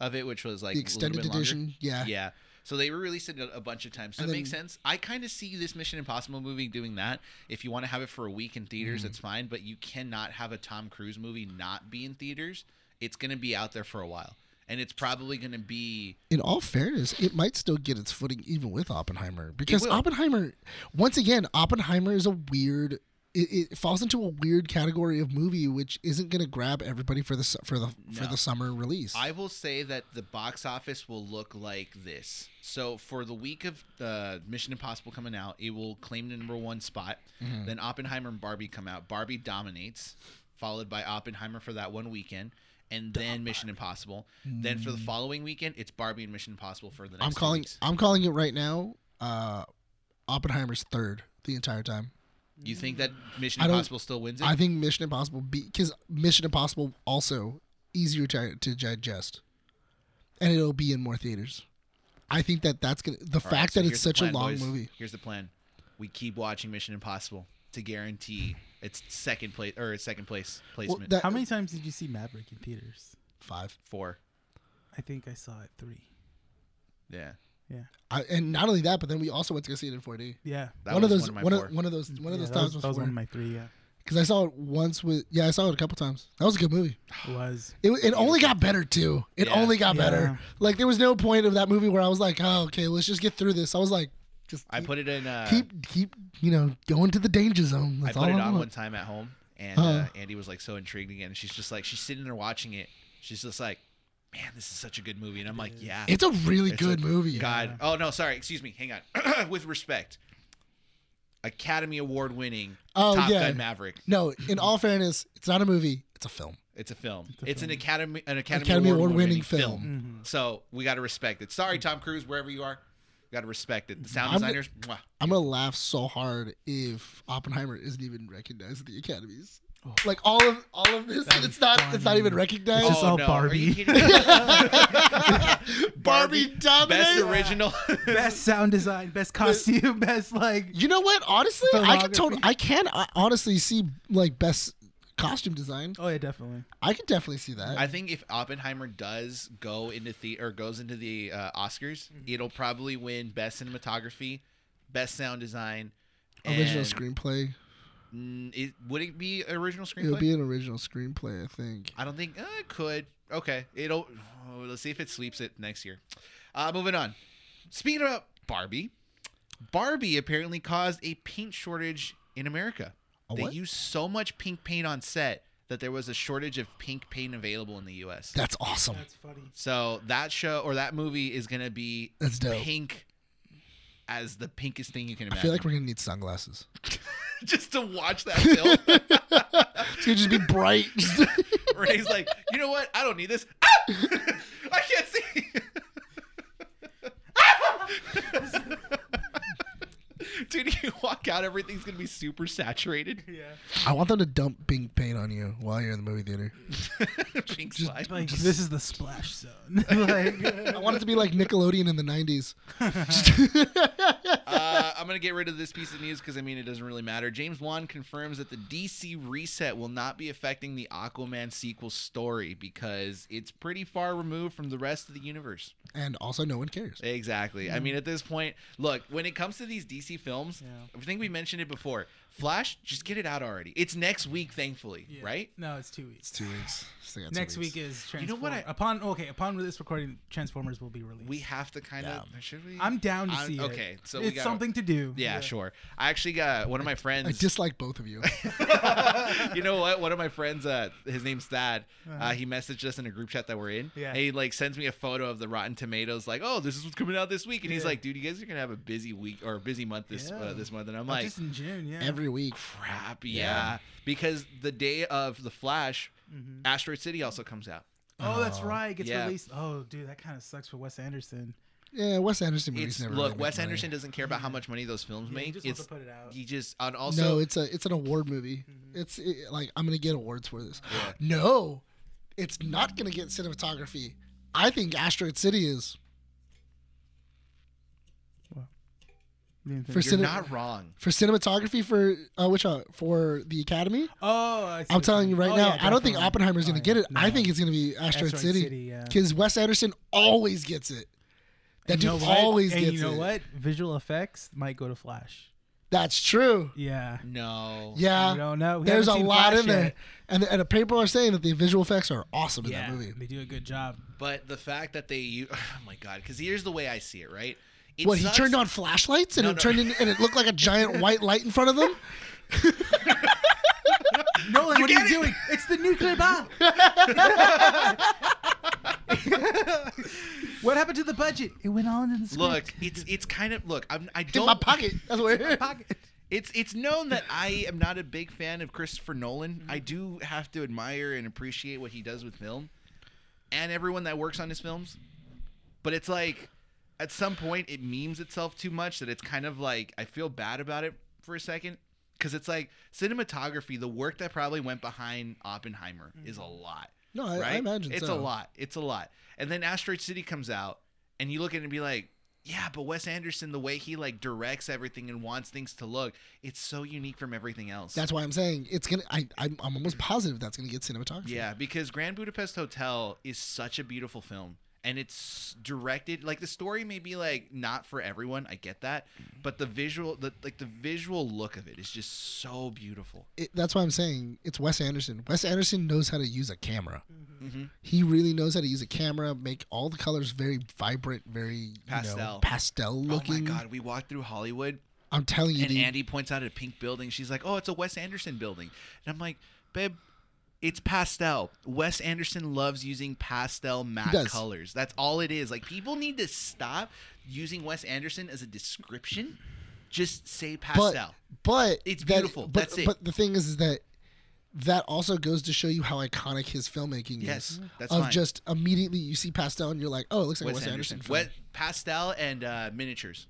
of it, which was like Mm-hmm. The a little extended bit longer. edition, yeah. Yeah. So they released it a a bunch of times. So And it makes then- sense. I kind of see this Mission Impossible movie doing that. If you want to have it for a week in Mm-hmm. theaters, that's fine, but you cannot have a Tom Cruise movie not be in theaters. It's going to be out there for a while. And it's probably going to be In all fairness, it might still get its footing even with Oppenheimer because will. Oppenheimer, once again, Oppenheimer is a weird. It, it falls into a weird category of movie which isn't going to grab everybody for the su- for the for No. the summer release. I will say that the box office will look like this. So for the week of uh, Mission Impossible coming out, it will claim the number one spot. Mm-hmm. Then Oppenheimer and Barbie come out. Barbie dominates, followed by Oppenheimer for that one weekend, and then Mission Impossible. Then for the following weekend, it's Barbie and Mission Impossible for the next. Mm. I'm two calling weeks. I'm calling it right now. Uh, Oppenheimer's third the entire time. You think that Mission Mm. I don't- Impossible still wins it? I think Mission Impossible because Mission Impossible also easier to, to digest. and it'll be in more theaters. I think that that's gonna the All right, fact so that here's it's the such plan, a long boys. movie. Here's the plan: we keep watching Mission Impossible to guarantee it's second place or it's second place Well, placement. that, How many times did you see Maverick in theaters? five? Four. I think I saw it three. Yeah. Yeah. I, and not only that, but then we also went to go see it in 4D. Yeah. That one of was those, my one four. of, one of those, one of Yeah, those that times was, was that was one of because my three. Yeah. I saw it once with yeah, I saw it a couple times. That was a good movie. It was. It, it only got better too. It Yeah. only got Yeah. better. Like there was no point of that movie where I was like, oh, okay, let's just get through this. I was like, just I keep- put it in. Uh, keep keep you know going to the danger zone. I That's put all I it on want. one time at home, and uh, Uh-huh. Andy was like so intrigued again. And she's just like, she's sitting there watching it. She's just like, man, this is such a good movie. And I'm like, yeah. It's a really It's good a- movie. God. Oh no, sorry. Excuse me. Hang on. With respect, Academy Award winning Oh, Top yeah. Gun Maverick. No, in all fairness, it's not a movie. It's a film. It's a film. It's, a an film. Academy an Academy, Academy Award Award-winning winning film. Mm-hmm. film. So we got to respect it. Sorry, Tom Cruise, wherever you are, we got to respect it. The sound I'm- designers. mwah. I'm gonna laugh so hard if Oppenheimer isn't even recognized at the academies. Oh. Like all of all of this, That'd be it's not it's not funny. even recognized. It's just all Oh, Are you Barbie. kidding me? Barbie, Best dominated. original. Best sound design, best costume, best like. You know what? Honestly, I can totally, Filmography. I can uh, honestly see like best costume design. Oh yeah, definitely. I can definitely see that. I think if Oppenheimer does go into the or goes into the uh, Oscars, Mm-hmm. it'll probably win best cinematography, best sound design, original and- screenplay. Mm, it, would it be original screenplay? It would be an original screenplay, I think. I don't think uh, it could. Okay, it'll. oh, let's see if it sweeps it next year. Uh, moving on. Speaking about Barbie, Barbie apparently caused a paint shortage in America. A they what? used so much pink paint on set that there was a shortage of pink paint available in the U.S. That's awesome. That's funny. so that show or that movie is gonna be That's dope. pink as the pinkest thing you can I imagine. feel like we're gonna need sunglasses. just to watch that film. It's gonna just be bright. Ray's like, you know what? I don't need this. Ah! I can't see. Dude, you walk out, everything's gonna be super saturated. Yeah. I want them to dump pink paint on you while you're in the movie theater. Pink slide. Like this is the splash zone. like. I want it to be like Nickelodeon in the '90s. Uh, I'm gonna get rid of this piece of news because I mean it doesn't really matter. James Wan confirms that the DC reset will not be affecting the Aquaman sequel story because it's pretty far removed from the rest of the universe. and also, no one cares. Exactly. I mean, at this point, look, when it comes to these DC films, Yeah. I think we mentioned it before. Flash, just get it out already. It's next week, thankfully, Yeah. right? No, it's two weeks. Two weeks. Still got two Next weeks. week is You Transformers. know what I- upon okay upon this recording, Transformers will be released. We have to kind of. Should we? I'm down to I'm- see it. okay, so we it's gotta- something to do. Yeah, sure. I actually got one of my friends. I dislike both of you. you know what? One of my friends, uh, his name's Thad. Uh, he messaged us in a group chat that we're in. Yeah. And he like sends me a photo of the Rotten Tomatoes, like, oh, this is what's coming out this week. And he's Yeah. like, dude, you guys are gonna have a busy week or a busy month this Yeah. uh, this month. And I'm Oh, like, just in June. Yeah. Every week. crap, yeah. Because the day of the Flash, Asteroid City also comes out. oh, that's right. It gets Yeah. released. Oh, dude, that kind of sucks for Wes Anderson. Yeah, Wes Anderson movies It's never. look, really make Wes money. Anderson doesn't care about how much money those films Yeah, make. he just it's wants to put it out. he just and also No, it's a it's an award movie. Mm-hmm. It's it, like I'm gonna get awards for this. No, it's not gonna get cinematography. I think Asteroid City is for you're cine- not wrong. for cinematography for uh, which uh, for the Academy. oh, I see I'm what telling you mean. right Oh, now, yeah, I don't think definitely. Oppenheimer's Oh, gonna yeah. get it. I No. think it's gonna be Asteroid, Asteroid City, City yeah. because Wes Anderson always gets it. That You know dude what? always and gets you know it. what? Visual effects might go to Flash. That's true. Yeah. No. Yeah, We don't know. We there's a haven't seen lot Flash in there, yet. and and people are saying that the visual effects are awesome in Yeah. that movie. They do a good job. But the fact that they you oh my god, because here's the way I see it, right? It what sucks- he turned on flashlights and No, it no. turned in, and it looked like a giant white light in front of them. Nolan, what are get you doing? It's the nuclear bomb. what happened to the budget? It went all into the script. Look, it's it's kind of look. I'm I In don't my pocket. That's where. pocket. It's it's known that I am not a big fan of Christopher Nolan. I Mm-hmm. do have to admire and appreciate what he does with film and everyone that works on his films. But it's like at some point it memes itself too much that it's kind of like I feel bad about it for a second Mm-hmm. cuz it's like cinematography, the work that probably went behind Oppenheimer is a lot. No, I, right? I imagine it's so. a lot. It's a lot. And then Asteroid City comes out, and you look at it and be like, yeah, but Wes Anderson, the way he like directs everything and wants things to look, it's so unique from everything else. That's why I'm saying it's gonna. I I'm, I'm almost positive that's gonna get cinematography. yeah, because Grand Budapest Hotel is such a beautiful film. And it's directed like the story may be like not for everyone. I get that, but the visual, the like the visual look of it is just so beautiful. It, that's why I'm saying it's Wes Anderson. Wes Anderson knows how to use a camera. Mm-hmm. He really knows how to use a camera, make all the colors very vibrant, very you know, Pastel. pastel looking. Oh my god, we walked through Hollywood I'm telling you, and dude, Andy points out a pink building. She's like, "Oh, it's a Wes Anderson building," and I'm like, "Babe, it's pastel. Wes Anderson loves using pastel matte does. colors. That's all it is. Like people need to stop using Wes Anderson as a description. Just say but pastel. but It's that- beautiful. But, That's it. But the thing is, is that that also goes to show you how iconic his filmmaking Yes, is. that's of fine. just immediately you see pastel and you're like, oh, it looks like a Wes Anderson. film. Wes- pastel and uh, miniatures,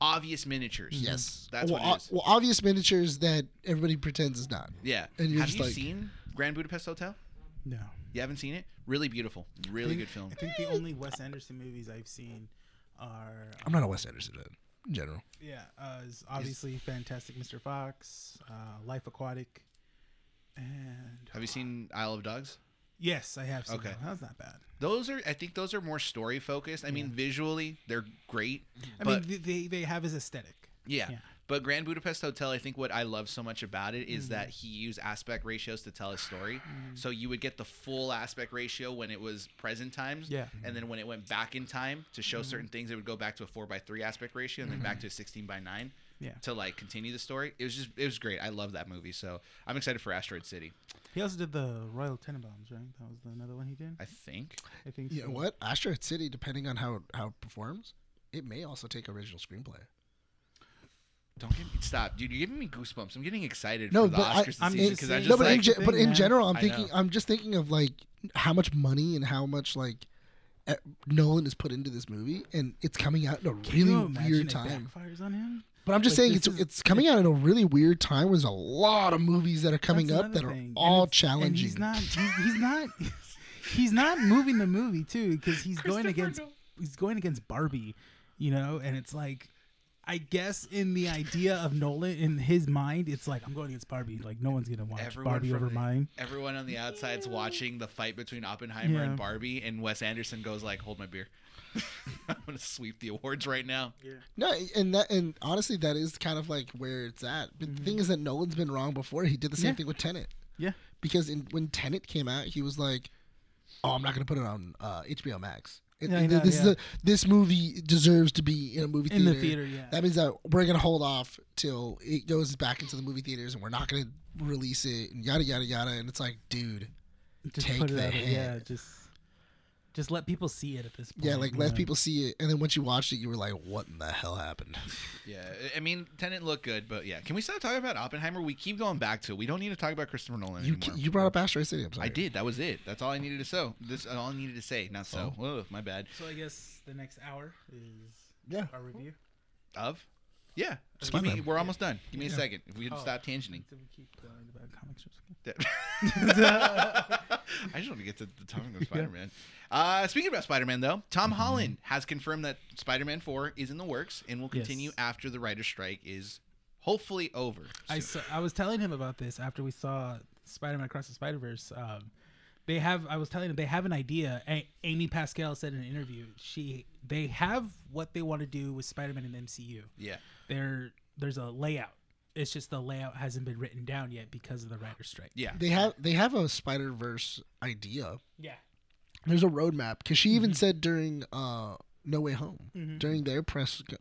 obvious miniatures. Yes, that's well, what it o- is. well, obvious miniatures that everybody pretends is not. yeah. and you're Have just you like- seen Grand Budapest Hotel? No. You haven't seen it? Really beautiful. Really good film. I think the only Wes Anderson movies I've seen are I'm not a Wes Anderson fan in general. yeah, uh, is obviously Fantastic Mr. Fox, uh, Life Aquatic, and Have you seen Isle of Dogs? yes, I have. Seen Okay. that. that's not bad. Those are, I think, those are more story focused. I mean, visually they're great, I but mean, th- they they have his aesthetic. yeah. yeah. But Grand Budapest Hotel, I think what I love so much about it Mm. is that he used aspect ratios to tell his story. So you would get the full aspect ratio when it was present times, Yeah. Mm-hmm. and then when it went back in time to show certain things, it would go back to a four by three aspect ratio and then back to a sixteen by nine. Yeah. To like continue the story, it was just it was great. I love that movie, so I'm excited for Asteroid City. He also did the Royal Tenenbaums, right? That was the, another one he did. I think I think. You know so. what? Asteroid City, depending on how how it performs, it may also take original screenplay. Don't get me stop, dude. You're giving me goosebumps. I'm getting excited No, for the but I- Oscars this I'm season just because I'm saying- just No, but in, like, the ge- but thing, in man. general, I'm I thinking know. I'm just thinking of like how much money and how much like eh, Nolan has put into this movie, and it's coming out in a Can you really imagine weird it time. Backfires on him. But I'm just Like, saying this it's is- it's coming out in a really weird time. where There's a lot of movies that are coming That's up that another are thing. And all it's- and challenging. He's not. He's, he's not. He's not moving the movie too because he's going against. He's going against Barbie, you know, and it's like. I guess in the idea of Nolan in his mind, it's like I'm going against Barbie. Like no one's gonna watch Everyone Barbie from over the- mine. everyone on the outside's watching the fight between Oppenheimer Yeah. and Barbie, and Wes Anderson goes like, "Hold my beer. I'm gonna sweep the awards right now." No, and that and honestly, that is kind of like where it's at. But the thing is that Nolan's been wrong before. He did the same Mm-hmm. Yeah. thing with Tenet Yeah, because in, when Tenet came out, he was like, "Oh, I'm not going to put it on uh, HBO Max. It- Yeah, I it- know, this is yeah. a, this movie deserves to be in a movie In theater. the theater, yeah. That means that we're going to hold off till it goes back into the movie theaters, and we're not going to release it, and yada yada yada. And it's like, dude, just Take put it the out. there. Yeah, hit. just just let people see it at this point. yeah, like you let know? people see it, and then once you watched it, you were like, what in the hell happened? Yeah, I- I mean, Tenant looked good, but yeah, can we stop talking about Oppenheimer? We keep going back to it. We don't need to talk about Christopher Nolan you anymore. you brought up Asteroid City. I'm sorry. I did. That was it. That's all I needed to so. This all I needed to say. Not so. Oh. Whoa, my bad. So I guess the next hour is Yeah. our review. Of. Yeah, Just Give my me- bad. we're almost done. Give me a second. If we can Oh. stop tangenting, Did we keep going about comic strips? I just want to get to the topic of Spider Man. Uh, speaking about Spider Man, though, Tom Mm-hmm. Holland has confirmed that Spider Man 4 is in the works and will continue Yes. after the writer's strike is hopefully over. I soon. saw, I was telling him about this after we saw Spider-Man Across the Spider-Verse. Um, they have I was telling him they have an idea. A- Amy Pascal said in an interview she they have what they want to do with Spider-Man in the MCU. yeah. There there's a layout. It's just the layout hasn't been written down yet because of the writer's strike. Yeah. They have they have a Spider Verse idea. Yeah. there's a roadmap because she Mm-hmm. even said during uh, No Way Home Mhm. during their press co-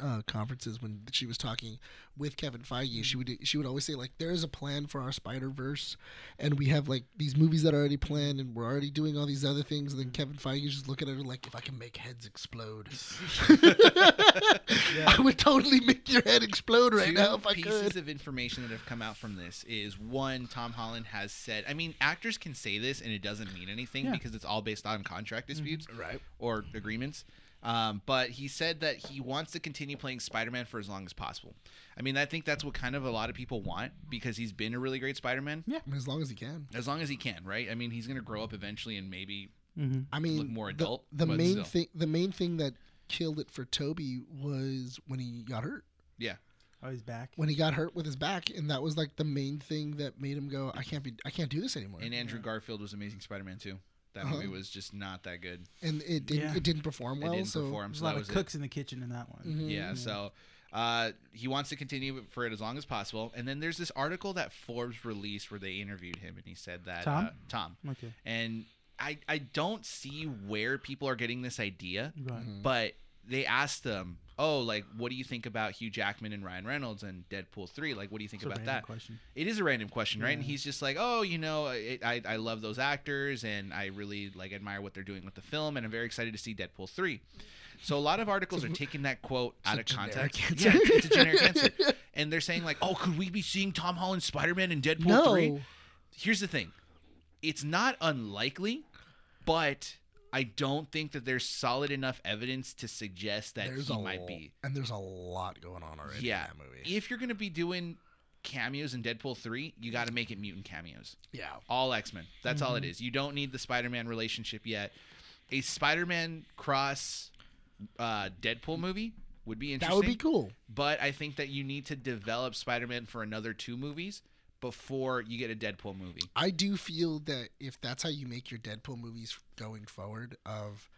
uh, conferences when she was talking with Kevin Feige, Mm-hmm. she would she would always say like there is a plan for our Spider Verse, and we have like these movies that are already planned, and we're already doing all these other things. And then Kevin Mm-hmm. Feige just looking at her like, if I can make heads explode, I would totally make your head explode right Two now if I pieces could. of information that have come out from this is one, Tom Holland has said, I mean, actors can say this and it doesn't mean anything Yeah. Mm-hmm. because it's all based on contract disputes Right. or agreements. Um, but he said that he wants to continue playing Spider-Man for as long as possible. I mean, I think that's what kind of a lot of people want because he's been a really great Spider-Man. I mean, as long as he can. As long as he can, right? I mean, he's gonna grow up eventually and maybe Mm-hmm. I mean, Look more the- adult, The, but main still. thing, the main thing that killed it for Toby was when he got hurt. yeah. Oh, he's back. When he got hurt with his back, and that was like the main thing that made him go, "I can't be, I can't do this anymore." And Andrew Garfield was Amazing Spider-Man too. That Uh-huh. movie was just not that good. And it didn't, Yeah. it didn't perform well. it didn't so perform. There's So a that lot was of it. cooks in the kitchen in that one. Mhm. Yeah. So uh, he wants to continue for it as long as possible. And then there's this article that Forbes released where they interviewed him, and he said that Tom? uh, Tom. Okay. And I I don't see where people are getting this idea, Right. but they asked him, oh, like what do you think about Hugh Jackman and Ryan Reynolds and Deadpool three? Like, what do you think It's a about random that? question. it is a random question, right? And Yeah. he's just like, oh, you know, it, I I love those actors, and I really like admire what they're doing with the film, and I'm very excited to see Deadpool three. So a lot of articles are taking that quote out a of generic context. answer. Yeah, it's a generic answer, and they're saying like, oh, could we be seeing Tom Holland Spider Man in Deadpool no, three? Here's the thing, it's not unlikely, but I don't think that there's solid enough evidence to suggest that there's he a might l- be. and there's a lot going on already Yeah. in that movie. If you're gonna be doing cameos in Deadpool three, you got to make it mutant cameos. Yeah, all X Men. That's all it Mm-hmm. is. You don't need the Spider Man relationship yet. A Spider Man cross uh, Deadpool movie would be interesting. that would be cool. But I think that you need to develop Spider Man for another two movies before you get a Deadpool movie. I do feel that if that's how you make your Deadpool movies going forward, of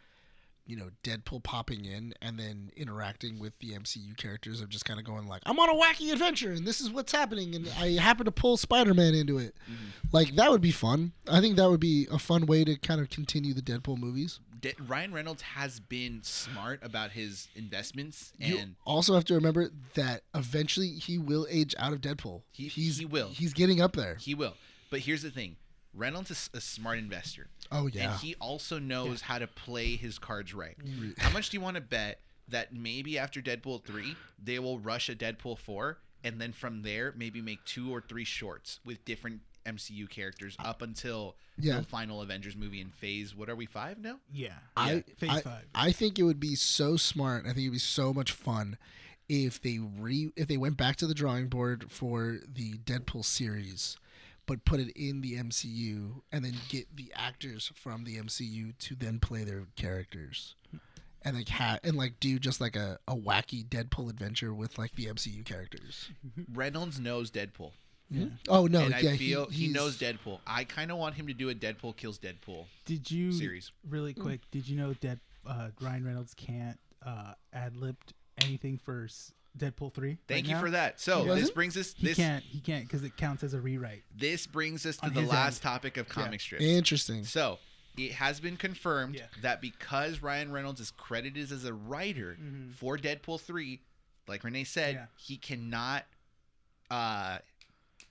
you know Deadpool popping in and then interacting with the MCU characters, of just kind of going like, "I'm on a wacky adventure, and this is what's happening," and I happen to pull Spider-Man into it. Mm-hmm. Like that would be fun. I think that would be a fun way to kind of continue the Deadpool movies. De- Ryan Reynolds has been smart about his investments, and You also have to remember that eventually he will age out of Deadpool. He- he's, he will. He's getting up there. he will. But here's the thing Reynolds is a smart investor. Oh yeah. And he also knows how to play his cards right. How much do you want to bet that maybe after Deadpool 3, they will rush a Deadpool 4 and then from there maybe make two or three shorts with different MCU characters up until Yeah. the final Avengers movie in phase what are we 5 now? Yeah. I, Phase I, five. I think it would be so smart. I think it'd be so much fun if they re if they went back to the drawing board for the Deadpool series, but put it in the MCU and then get the actors from the MCU to then play their characters. And like ha- and like do just like a, a wacky Deadpool adventure with like the MCU characters. Reynolds knows Deadpool. Oh no, and yeah, I feel he, he's- knows Deadpool. I kind of want him to do a Deadpool kills Deadpool. Did you Series. really quick? Did you know that uh, Ryan Reynolds can't uh, ad lib anything for s- Deadpool three? Thank right you now? for that. So, Yeah. this brings us He this can't. He can't because it counts as a rewrite. this brings us to On the his last end. topic of comic strips. Interesting. So it has been confirmed Yeah. that because Ryan Reynolds is credited as a writer for Deadpool 3, like Renee said, Mm-hmm. Yeah. he cannot uh,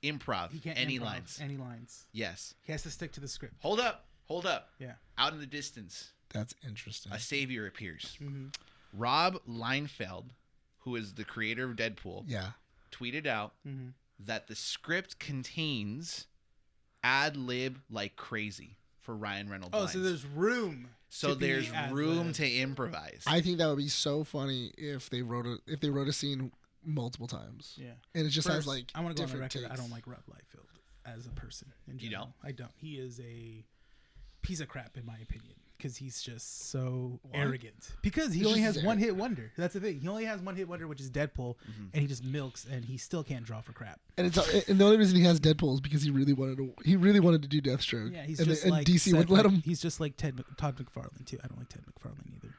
improv He can't any improv lines. Any lines. yes. He has to stick to the script. Hold up. Hold up. Yeah. Out in the distance, That's interesting. a savior appears. Mm-hmm. Rob Leinfeld, who is the creator of Deadpool, Yeah. tweeted out Mm-hmm. that the script contains ad lib like crazy for Ryan Reynolds. Oh, lines. so there's room. so to be there's ad-lib. room to improvise. I think that would be so funny if they wrote a if they wrote a scene multiple times. Yeah. And it just First, has like I want to go on the different record. I takes. don't like Rob Liefeld as a person. In You general. I don't. He is a piece of crap in my opinion because he's just so arrogant. Because he He's only just has one hit wonder. That's the thing. He only has one hit wonder, which is Deadpool, and he just milks, and he still can't draw for crap. And it's uh, and the only reason he has Deadpool is because he really wanted to he really wanted to do Deathstroke. Yeah, he's and, just and like DC would Seth let Mac- him. He's just like Ted Mc- Todd McFarlane too. I don't like Ted McFarlane either.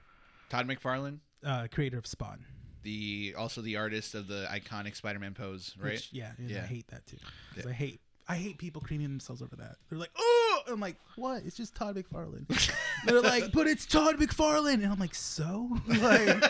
Todd McFarlane, Uh, creator of Spawn. the also the artist of the iconic Spider-Man pose, right? Which, yeah, and Yeah. I hate that too. 'Cause I hate I hate people creaming themselves over that. They're like, oh, I'm like, what? It's just Todd McFarlane. They're like, but it's Todd McFarlane, and I'm like, so like.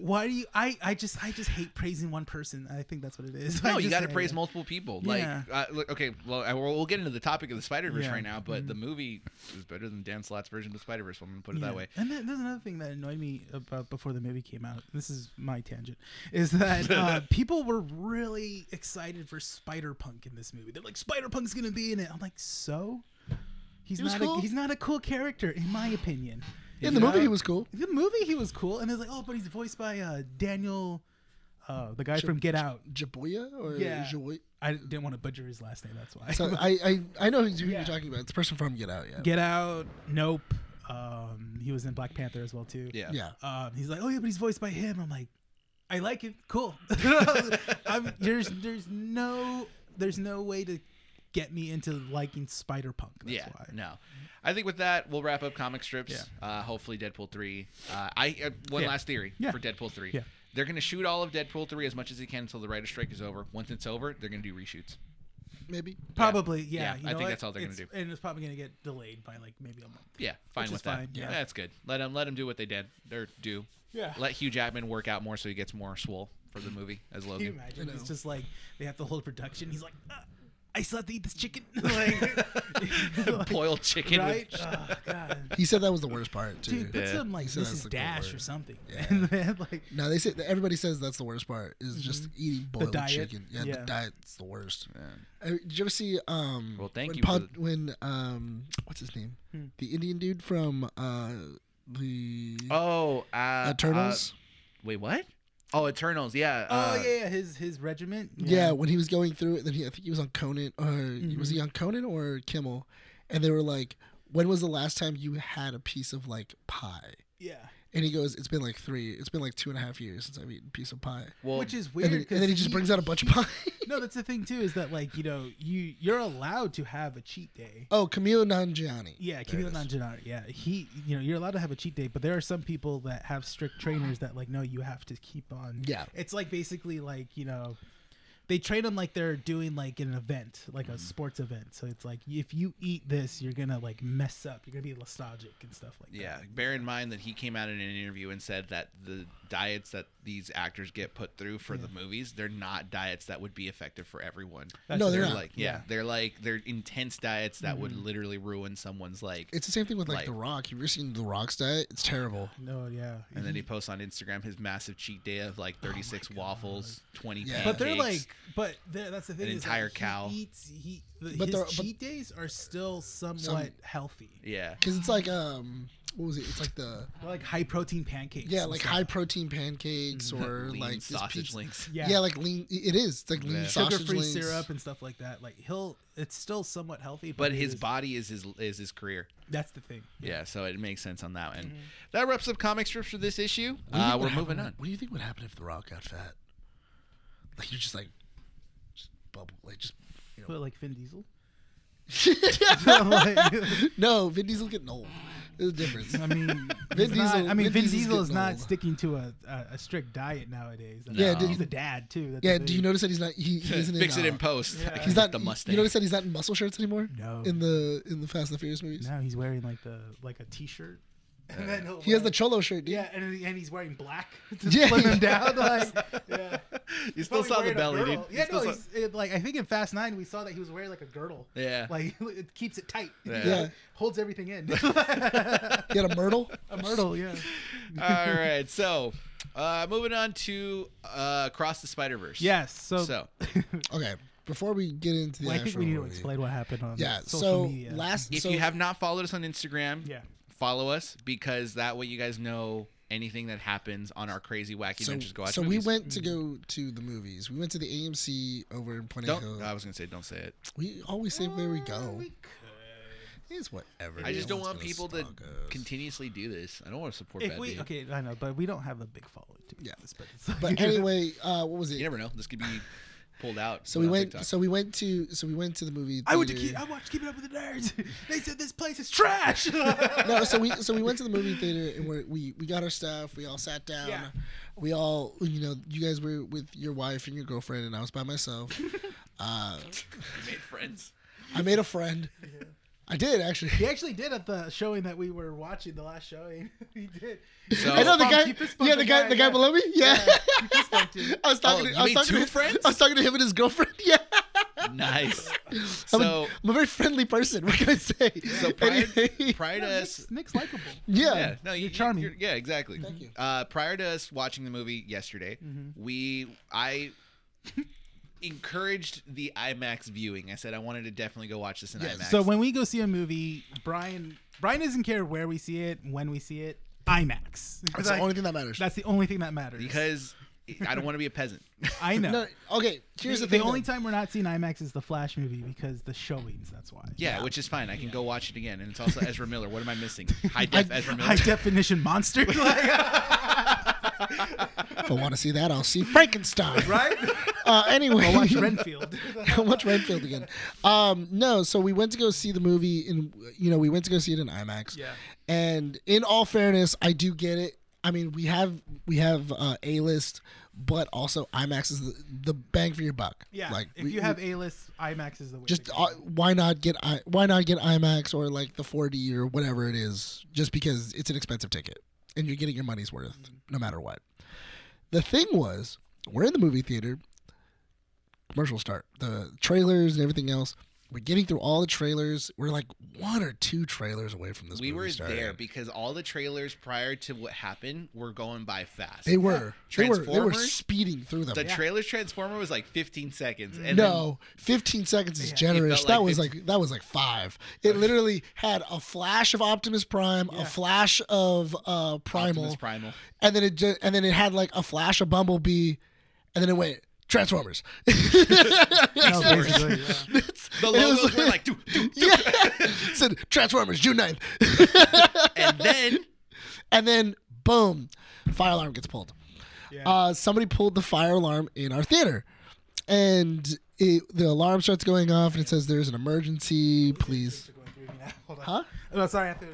Why do you? I, I just I just hate praising one person. I think that's what it is. no, I you just got to hate praise it. multiple people. Yeah. Like, uh, look, okay, well, I, we'll we'll get into the topic of the Spider Verse Yeah. Mm-hmm. right now, but the movie is better than Dan Slott's version of the Spider Verse. I'm gonna put it that Yeah. way. And then there's another thing that annoyed me about before the movie came out. This is my tangent. Is that uh, people were really excited for Spider Punk in this movie? They're like, Spider Punk's gonna be in it. I'm like, so. He's was not. cool. A, he's not a cool character, in my opinion. In the Yeah. movie, he was cool. The movie he was cool, and it's like, oh, but he's voiced by uh, Daniel, uh, the guy Ch- from Get Out. Jaboya or Yeah. Jaboy- I didn't want to butcher his last name. That's why. So I, I I know who you're Yeah. talking about. It's the person from Get Out. Yeah. Get Out. Nope. Um, he was in Black Panther as well too. Yeah. yeah. Um, he's like, oh yeah, but he's voiced by him. I'm like, I like it. Cool. I'm, there's there's no there's no way to get me into liking Spider Punk. That's yeah, why. no. I think with that we'll wrap up comic strips. Yeah. Uh, hopefully, Deadpool three. Uh, I uh, one Yeah. last theory Yeah. for Deadpool three. Yeah. They're gonna shoot all of Deadpool three as much as they can until the writer's strike is over. Once it's over, they're gonna do reshoots. Maybe. Probably, yeah. Yeah, you I know think what? that's all they're gonna It's- do. and it's probably gonna get delayed by like maybe a month. Yeah, fine is with that. fine, yeah. that's good. Let them let them do what they did. They're do. Yeah. Let Hugh Jackman work out more so he gets more swole for the movie as Can you Logan. imagine? I It's know. just like they have to hold production. He's like, "Uh, I still have to eat this chicken. like, like, Boiled chicken. right? With, Oh, God. He said that was the worst part too. Dude, put Yeah. some like He said this that's is the cool dash word. or something. Yeah. And then like No, they say everybody says that's the worst part is just eating boiled Mm-hmm. diet? chicken. Yeah, Yeah. the diet's the worst. Yeah. Uh, Did you ever see? Um, Well, thank when you for Pod- the- when um, what's his name? Hmm. The Indian dude from uh the oh, uh, uh, uh, Turtles. wait, what? Oh, Eternals. Yeah. Oh uh, yeah, yeah, his his regiment. yeah. when he was going through it, then he, I think he was on Conan, or was Mm-hmm. he on Conan or Kimmel? And they were like, "When was the last time you had a piece of like pie?" yeah. And he goes, "It's been like three. It's been like two and a half years since I've eaten a piece of pie." Well, Which is And weird. then, and then he 'cause just brings out a bunch of pie. No, that's the thing too is that like you know you you're allowed to have a cheat day. oh, Camilo Nanjiani. Yeah, There it Camilo is. Nanjiani. Yeah, he. You know, you're allowed to have a cheat day, but there are some people that have strict trainers that like, no, you have to keep on. Yeah. it's like basically like you know, they train them like they're doing like an event, like Mm-hmm. a sports event. So it's like if you eat this, you're gonna like mess up. You're gonna be nostalgic and stuff like Yeah, that. bear in mind that he came out in an interview and said that the diets that these actors get put through for the movies, they're not diets that would be effective for everyone. That's No, the they're They're thing. not. like, yeah, Yeah. Mm-hmm. they're like they're intense diets that would literally ruin someone's like. It's the same thing with like Like- The Rock. Have you ever seen The Rock's diet? It's terrible. No, yeah. and then he Mm-hmm. posts on Instagram his massive cheat day of like 36 waffles, 20 Yeah. But they're pancakes. like, but they're, that's the thing. is, entire like, cow. He eats. He the, But his they're- but- cheat days are still somewhat healthy. yeah, Because it's like um, what was it? It's like the They're like high protein pancakes. yeah, and like stuff. high protein pancakes or lean like this sausage pizza- links. Yeah. like lean. It is it's like lean Yeah. sausage sugar-free links. syrup and stuff like that. Like he'll, it's still somewhat healthy. But it his is- body is his is his career. That's the thing. Yeah, so it makes sense on that end. Mm-hmm. That wraps up comic strips for this issue. What do you Uh, think we're would moving on. happen- What do you think would happen if The Rock got fat? Like you're just like, just bubble, like just. you know. But like Vin Diesel. no, Vin Diesel getting old. There's a difference. I mean, Vin Vin not, Diesel- I mean, Vin Vin, Diesel's Diesel is getting not old. sticking to a, a, a strict diet nowadays. I Yeah, mean, did- he's a dad too. That's Yeah, the do you thing. notice that he's not? He, he isn't Fix in, it in uh, post. yeah. I can He's get not the Mustang. You notice that he's not in muscle shirts anymore. No. In the in the Fast and the Furious movies, Now he's wearing like the like a T-shirt. And then he'll he has the wear- cholo shirt, dude. yeah, and, and he's wearing black to Yeah. slim him down. Like, yeah. You still Probably saw the wearing a belly, dude. girdle. You Yeah, still no, saw- he's, it, like I think in Fast Nine we saw that he was wearing like a girdle. Yeah. like it keeps it tight. uh, Yeah. Yeah. holds everything in. He had a myrtle. a myrtle, yeah. All right, so uh, moving on to uh, Across the Spider Verse. Yes. So, So Okay, before we get into the well, I actual think we need to movie- explain what happened on Yeah. social so media. last, if so, you have not followed us on Instagram, yeah, follow us because that way you guys know anything that happens on our crazy wacky so, adventures. Go watch so we movies. went Mm. to go to the movies. We went to the AMC over in Pointe Don't. uh, Hill. I was gonna say don't say it. we always say where we go. Uh, We could. It's whatever. I just No don't one's want gonna people to stalk us. continuously do this. I don't want to support If bad we behavior. okay, I know, but we don't have a big following to be Yeah. honest. But, it's- But anyway, uh, what was it? You never know. This could be pulled out. so put we on went. TikTok. So we went to. So we went to the movie. I went to theater. keep, I watched Keeping Up with the Nerds. They said this place is trash. no, so we so we went to the movie theater and we're, we we got our stuff. We all sat down. Yeah. We all, you know, you guys were with your wife and your girlfriend, and I was by myself. uh, We made friends. I made a friend. I did actually. He actually did at the showing that we were watching, the last showing. he did. So- I know the Fist guy. bump, he fist Yeah, bumped the guy. The guy yeah. below me. Yeah. He fist bumped him. I was talking. Oh, to, you I was made talking two to, friends? I was talking to him and his girlfriend. Yeah. Nice. I'm, a- so I'm a very friendly person. What can I say? so prior, Anyway, prior to Yeah, us Nick's, Nick's likable. yeah. Yeah, no, you, You're charming. yeah, exactly. Thank you. Mm-hmm. Uh, prior to us watching the movie yesterday, we I encouraged the IMAX viewing. I said I wanted to definitely go watch this in Yes. IMAX. So when we go see a movie, Brian Brian doesn't care where we see it, when we see it. IMAX. That's the only thing that matters. That's the only thing that matters. because I don't want to be a peasant. I know. No, okay, here's the, the, thing. only though. time we're not seeing IMAX is the Flash movie because the showings. That's why. Yeah, which is fine. I can go watch it again, and it's also Ezra Miller. What am I missing? High I, def Ezra Miller. high definition monster. Like, if I want to see that, I'll see Frankenstein. right? Uh, anyway, I'll watch Renfield. watch Renfield again. Um, no, so we went to go see the movie, in you know, we went to go see it in IMAX. Yeah. And in all fairness, I do get it. I mean, we have we have uh, A list, but also IMAX is the, the bang for your buck. Yeah. Like if we- you have we- A list, IMAX is the way. just to go. uh, why not get I, why not get IMAX or like the 4D or whatever it is, just because it's an expensive ticket and you're getting your money's worth no matter what. The thing was, we're in the movie theater. Commercials start, the trailers and everything else. We're getting through all the trailers. We're like one or two trailers away from this. we movie were starting. there because all the trailers prior to what happened were going by fast. They were. They were. They were Transformers? speeding through them. the trailer's Transformer was like 15 seconds, and then no, 15 seconds is generous. felt that like was 15 like that was like five. It literally had a flash of Optimus Prime, a flash of uh, Primal, Optimus Primal. and then it ju- and then it had like a flash of Bumblebee, and then it went Transformers. It's- No, basically, yeah. The it was logos were like, "Doo, doo." yeah, It said Transformers June 9th. and then and then boom, fire alarm gets pulled. Yeah. Uh, somebody pulled the fire alarm in our theater, and it, the alarm starts going off, and it says there's an emergency. Please. Going through me now. Hold on. Huh? Oh, sorry. I have to.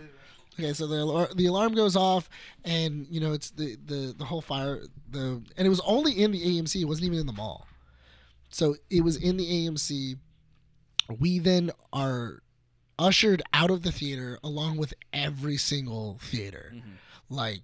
Okay, so the alar- the alarm goes off, and you know it's the the the whole fire the and it was only in the AMC. It wasn't even in the mall, so it was in the AMC. We then are ushered out of the theater along with every single theater. Mm-hmm. Like,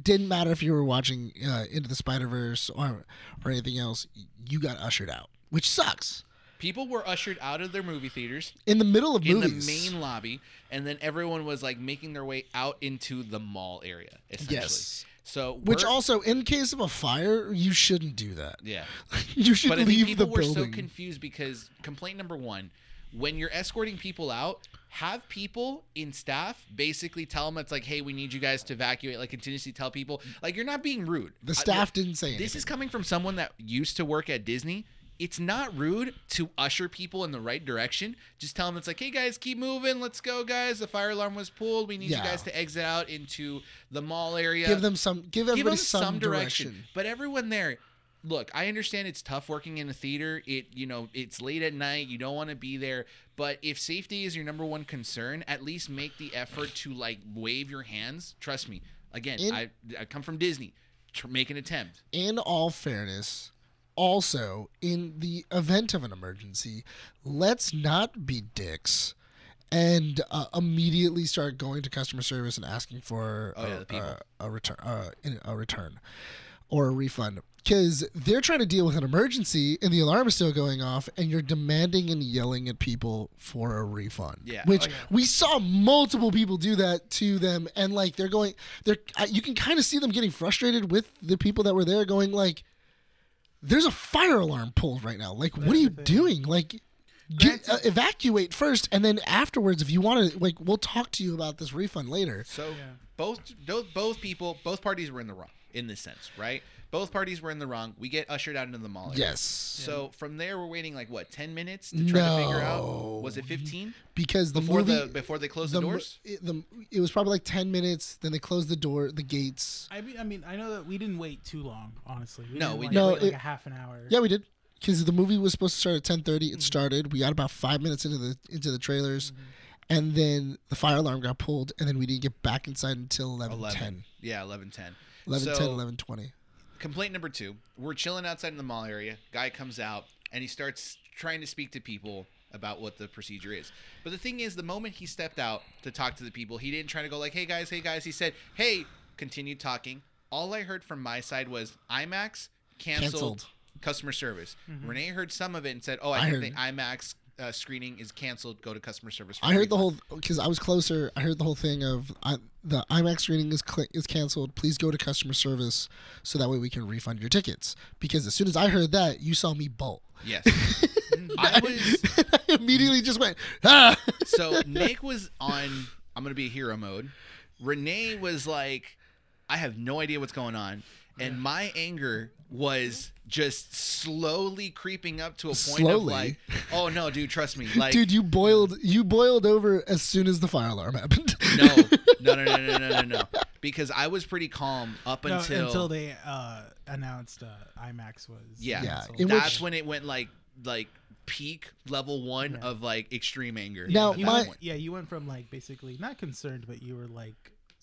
didn't matter if you were watching uh, Into the Spider Verse or or anything else. You got ushered out, which sucks. people were ushered out of their movie theaters In the middle of in movies, the main lobby, and then everyone was like making their way out into the mall area. Essentially. Yes. So which we're- also in case of a fire, you shouldn't do that. yeah. you should But I think leave the people were so building. confused because complaint number one, when you're escorting people out, have people in staff basically tell them it's like, hey, we need you guys to evacuate. Like continuously tell people, like you're not being rude. the I- staff didn't say anything. this is coming from someone that used to work at Disney. It's not rude to usher people in the right direction. Just tell them it's like, hey guys, keep moving. Let's go, guys. The fire alarm was pulled. We need Yeah. you guys to exit out into the mall area. give them some. Give everybody Give 'em some, direction. But everyone there, look, I understand it's tough working in a theater. It, you know, it's late at night. You don't want to be there. But if safety is your number one concern, at least make the effort to like wave your hands. Trust me. Again, In- I, I come from Disney. Tr- make an attempt. In all fairness, also in the event of an emergency, let's not be dicks and uh, immediately start going to customer service and asking for Oh, yeah, the a, people. a, a return, uh, in- a return, or a refund. Because they're trying to deal with an emergency and the alarm is still going off, and you're demanding and yelling at people for a refund. Yeah. Which we saw multiple people do that to them, and like they're going, they're I- you can kind of see them getting frustrated with the people that were there, going like, "There's a fire alarm pulled right now. Like, what are you doing? Like, get, uh, evacuate first, and then afterwards, if you want to, like, we'll talk to you about this refund later." So both both both people, both parties were in the wrong in this sense, right? Both parties were in the wrong. We get ushered out into the mall. area. Yes, So from there, we're waiting like what ten minutes to try to figure out. Was it fifteen because the before movie, the before they closed the, the mo- doors? It, the, it was probably like ten minutes. Then they closed the door, the gates. I mean, I mean, I know that we didn't wait too long. Honestly, No, didn't, we like, didn't. No, wait, like it- a half an hour. Yeah, we did. Because the movie was supposed to start at ten thirty, Mm-hmm. it started. We got about five minutes into the into the trailers, and then the fire alarm got pulled, and then we didn't get back inside until 11, 11. 10. Yeah, 11 10. 11, so, 10, 11, 20. Complaint number two we're chilling outside in the mall area. Guy comes out and he starts trying to speak to people about what the procedure is. But the thing is, the moment he stepped out to talk to the people, he didn't try to go like, hey guys, hey guys. He said, hey, continue talking. All I heard from my side was IMAX canceled, Canceled. customer service. Renee heard some of it and said, oh, I, I think heard the it. IMAX uh, screening is canceled. Go to customer service. for I heard the refund. whole because I was closer. I heard the whole thing of I, the IMAX screening is cl- is canceled. Please go to customer service so that way we can refund your tickets. Because as soon as I heard that, you saw me bolt. Yes. I was I immediately just went ah. so Nick was on I'm gonna be a hero mode. Renee was like, I have no idea what's going on. And my anger was just slowly creeping up to a point of Slowly? like, oh no, dude, trust me. Like Dude, you boiled you boiled over as soon as the fire alarm happened. no, no, no, no, no, no, no, no. Because I was pretty calm up No, until, until they uh, announced uh, IMAX was. Yeah. Yeah, canceled. it that's which- when it went like like peak level one of like extreme anger. Now, at You that my- point. went- yeah, you went from like basically not concerned, but you were like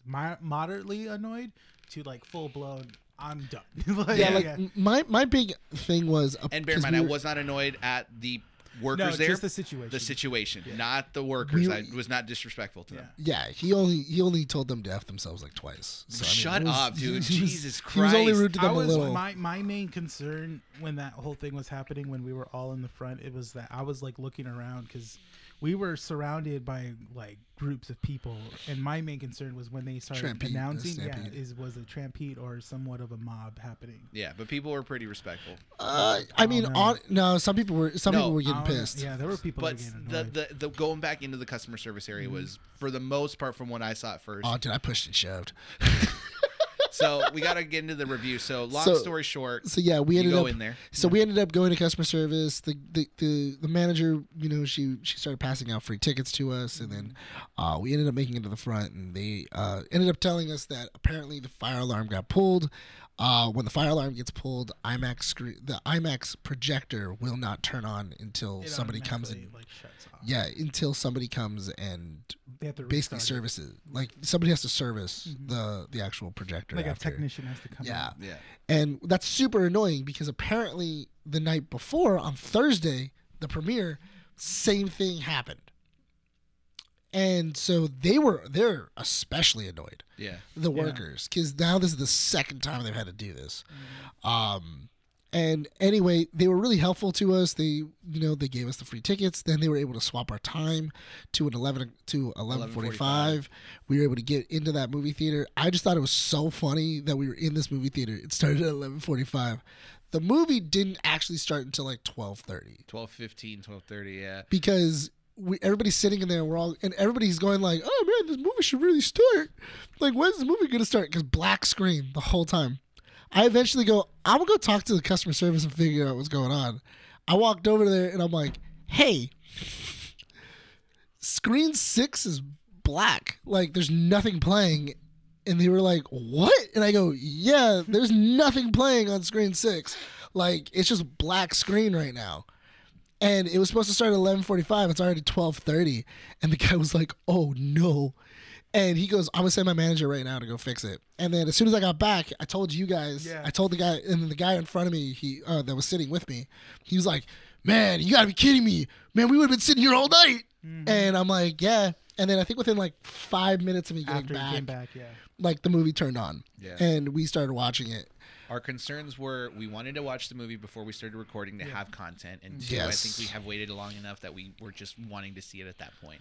mi- moderately annoyed to like full blown. I'm done. like, yeah, like m- my my big thing was uh, and bear in 'cause mind, we I were- was not annoyed at the workers no, there. just the situation. the situation, not the workers. We- I was not disrespectful to them. Yeah, he only he only told them to f themselves like twice. So, I mean, Shut it was- up, dude. he was- Jesus He was only Christ. rude to I them a was little. my my main concern when that whole thing was happening when we were all in the front. It was that I was like looking around because we were surrounded by like groups of people, and my main concern was when they started Trampede, a announcing, yeah, stampede. is was a trampede or somewhat of a mob happening. Yeah, but people were pretty respectful. Uh, I mean, know. on, no. Some people were some No, people were Oh, I getting don't know. pissed. Yeah, there were people. But that were getting the, annoyed. the the going back into the customer service area was for the most part from what I saw at first. Oh, dude, I pushed and shoved. so we got to get into the review. So long So- story short, So yeah, we You ended go up in there. So we ended up going to customer service. The, the the the manager, you know, she she started passing out free tickets to us, and then uh, we ended up making it to the front, and they uh, ended up telling us that apparently the fire alarm got pulled. Uh, when the fire alarm gets pulled, IMAX screen the IMAX projector will not turn on until It somebody comes and automatically, like shuts off. yeah, until somebody comes and They have to basically restart it. Mm-hmm. services like somebody has to service the the actual projector like after. a technician has to come. Yeah. in. yeah, And that's super annoying because apparently the night before on Thursday, the premiere, same thing happened. And so they were they're especially annoyed, yeah. the Yeah. workers, because now this is the second time they've had to do this. Um and anyway, they were really helpful to us. They, you know, they gave us the free tickets. Then they were able to swap our time to an eleven to eleven forty five. We were able to get into that movie theater. I just thought it was so funny that we were in this movie theater. It started at eleven forty five. The movie didn't actually start until like twelve thirty 12:15, 12:30, yeah. because we everybody's sitting in there. We're all and everybody's going like, "Oh man, this movie should really start." Like, when's this movie gonna start? Because black screen the whole time. I eventually go. I'm gonna go talk to the customer service and figure out what's going on. I walked over there and I'm like, "Hey, screen six is black. Like, there's nothing playing." And they were like, "What?" And I go, "Yeah, there's nothing playing on screen six. Like, it's just black screen right now." and it was supposed to start at 11:45 it's already 12:30 and the guy was like oh no and he goes i'm going to send my manager right now to go fix it and then as soon as i got back i told you guys Yeah. i told the guy and then the guy in front of me he uh, that was sitting with me he was like man you got to be kidding me man we would have been sitting here all night and i'm like yeah and then i think within like 5 minutes of me getting After he back, came back, yeah. like the movie turned on Yeah. and we started watching it Our concerns were we wanted to watch the movie before we started recording to have content, and two, I Yes. think we have waited long enough that we were just wanting to see it at that point.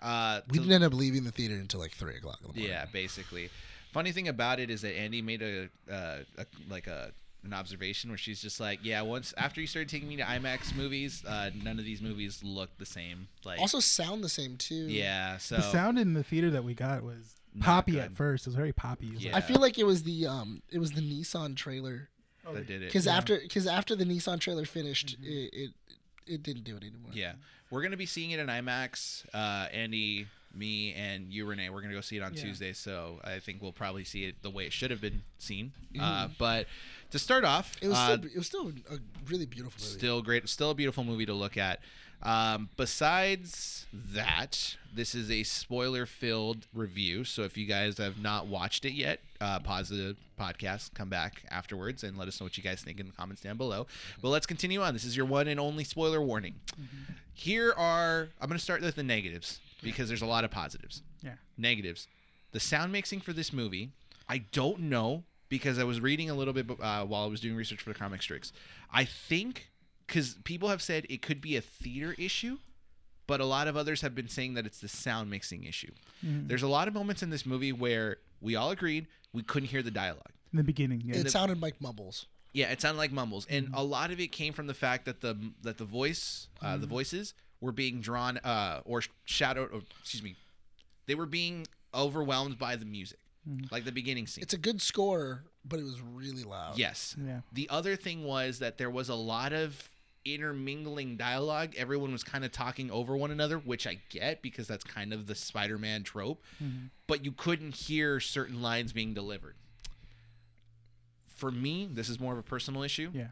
Yeah. Uh, we to- didn't end up leaving the theater until like 3 o'clock in the morning Yeah, basically. Funny thing about it is that Andy made a, uh, a like a an observation where she's just like, yeah, once after you started taking me to IMAX movies, uh, none of these movies look the same. Like, also sound the same too yeah, so The sound in the theater that we got was Not poppy good. at first. It was very poppy. It was Yeah. I feel like it was the um it was the Nissan trailer that did it. because after because after the Nissan trailer finished it, it it didn't do it anymore. Yeah, we're gonna be seeing it in IMAX. Uh, Andy, me, and you, Renee, we're gonna go see it on Yeah. Tuesday. So I think we'll probably see it the way it should have been seen. Uh, but to start off, Mm-hmm. it was uh, still, it was still a really beautiful movie. Still great. Still a beautiful movie to look at. Um, besides that, this is a spoiler-filled review. So if you guys have not watched it yet, uh, pause the podcast, come back afterwards, and let us know what you guys think in the comments down below. But let's continue on. This is your one and only spoiler warning. Here are. I'm going to start with the negatives because there's a lot of positives yeah. negatives. The sound mixing for this movie, I don't know because I was reading a little bit uh, while I was doing research for the comic strips. I think because people have said it could be a theater issue, but a lot of others have been saying that it's the sound mixing issue. There's a lot of moments in this movie where we all agreed we couldn't hear the dialogue. in the beginning. Yeah. It sounded like mumbles. Yeah, it sounded like mumbles, and a lot of it came from the fact that the that the voice, uh, the voices were being drawn uh, or shadowed. Or, excuse me, they were being overwhelmed by the music, like the beginning scene. It's a good score, but it was really loud. yes. Yeah. The other thing was that there was a lot of intermingling dialogue. Everyone was kind of talking over one another, which I get because that's kind of the Spider-Man trope. Mm-hmm. But you couldn't hear certain lines being delivered. For me, this is more of a personal issue Yeah.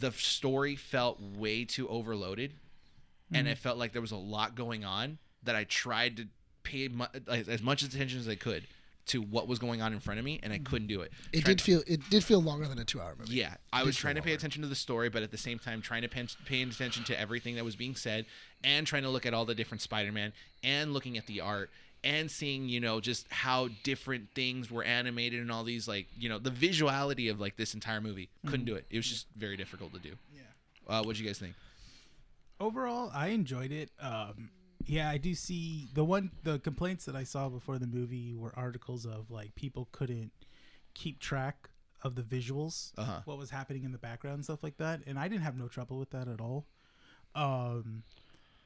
the f- story felt way too overloaded Mm-hmm. and it felt like there was a lot going on that i tried to pay mu- as as much attention as i could to what was going on in front of me and Mm-hmm. i couldn't do it It Tried- did feel it did feel longer than a two hour movie. yeah i was feel trying to pay longer. attention to the story but at the same time trying to pay, pay attention to everything that was being said and trying to look at all the different spider-man and looking at the art and seeing you know just how different things were animated and all these like you know the visuality of like this entire movie couldn't Mm-hmm. do it it was just very difficult to do yeah uh, what'd you guys think overall i enjoyed it um yeah i do see the one the complaints that i saw before the movie were articles of like people couldn't keep track of the visuals Uh-huh. what was happening in the background and stuff like that and i didn't have no trouble with that at all um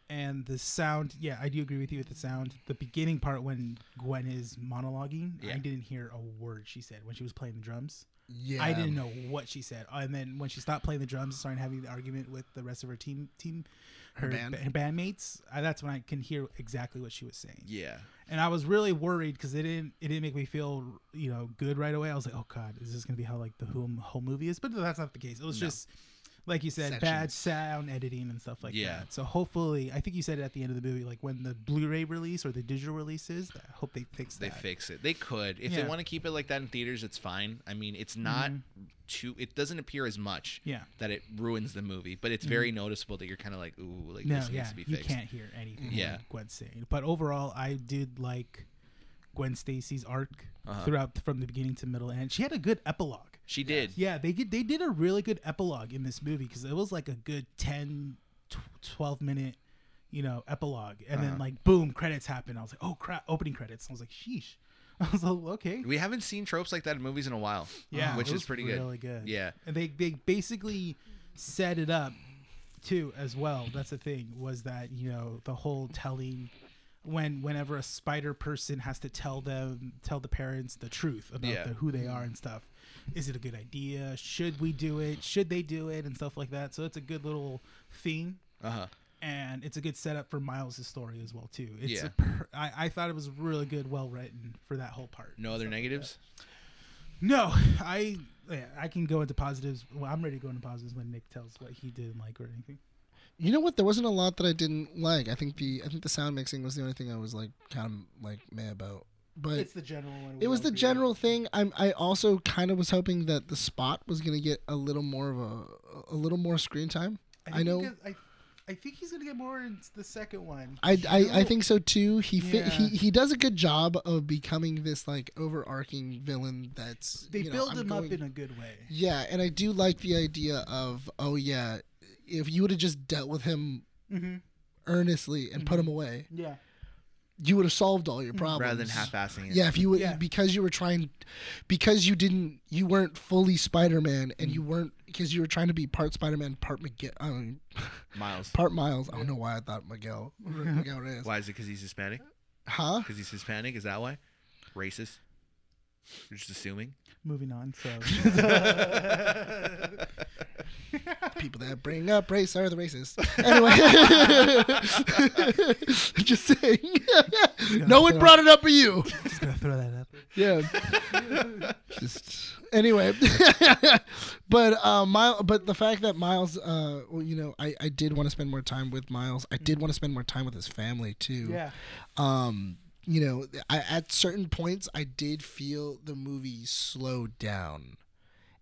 and the sound yeah i do agree with you with the sound the beginning part when gwen is monologuing Yeah. i didn't hear a word she said when she was playing the drums yeah. I didn't know what she said. And then when she stopped playing the drums and started having the argument with the rest of her team team her, band. ba- her bandmates, I, that's when I can hear exactly what she was saying. yeah And I was really worried because it didn't it didn't make me feel you know good right away. I was like, oh god, is this gonna be how like the whole, whole movie is? But no, that's not the case. It was just like you said, bad Sections. sound editing and stuff like Yeah. that. So hopefully, I think you said it at the end of the movie, like when the Blu-ray release or the digital release is. I hope they fix they that. fix it. They could. If they Yeah. Mm-hmm. want to keep it like that in theaters, it's fine. I mean, it's not too it doesn't appear as much Yeah. Mm-hmm. that it ruins the movie, but it's very noticeable that you're kind of like, ooh, like no, this needs yeah, to be you fixed. can't hear anything. Yeah. that Gwen's saying. But overall, I did like Gwen Stacy's arc Uh-huh. throughout from the beginning to middle, and she had a good epilogue. She did. Yeah, they did, they did a really good epilogue in this movie because it was like a good 10, tw- 12 minute, you know, epilogue, and Uh-huh. then like boom, credits happen. I was like, oh crap, opening credits. I was like, sheesh. I was like, okay, We haven't seen tropes like that in movies in a while. yeah, which it is was pretty really good. Yeah. and they they basically set it up too as well. That's the thing was that you know the whole telling when whenever a spider person has to tell them tell the parents the truth about Yeah. the, who they are and stuff. Is it a good idea? Should we do it? Should they do it and stuff like that? So it's a good little theme Uh huh. and it's a good setup for Miles' story as well too. It's Yeah. a per- I, I thought it was really good, well written for that whole part. No other negatives. No, I yeah, I can go into positives. Well, I'm ready to go into positives when Nick tells what he didn't like or anything. You know what? There wasn't a lot that I didn't like. I think the I think the sound mixing was the only thing I was like kind of like meh about. But the general one. it was the general thing. I'm I also kind of was hoping that the spot was gonna get a little more of a a little more screen time. I, know. I, I think he's gonna get more in the second one. I, I, I think so too. He fit, he Yeah. he does a good job of becoming this like overarching villain. That's they you know, build I'm him going- up in a good way. Yeah, and I do like the idea of oh yeah, if you would have just dealt with him Mm-hmm. earnestly and put him away, Yeah, you would have solved all your problems Rather than half-assing it. Yeah, if you would Yeah. because you were trying, because you didn't, you weren't fully Spider Man, and you weren't because you were trying to be part Spider Man, part Miguel, I mean, Miles. part Miles. I don't know why I thought Miguel, Miguel Reyes. Why is it? Because he's Hispanic. Huh? Because he's Hispanic. Is that why? Racist. You're just assuming. moving on. So People that bring up race are the racists. Anyway, just saying. no one brought it up for you. just gonna throw that up. Yeah. Just anyway, but uh, Miles, but the fact that Miles, uh, well, you know, I, I did want to spend more time with Miles. I did want to spend more time with his family too. Yeah, Um, you know, I, at certain points, I did feel the movie slow down,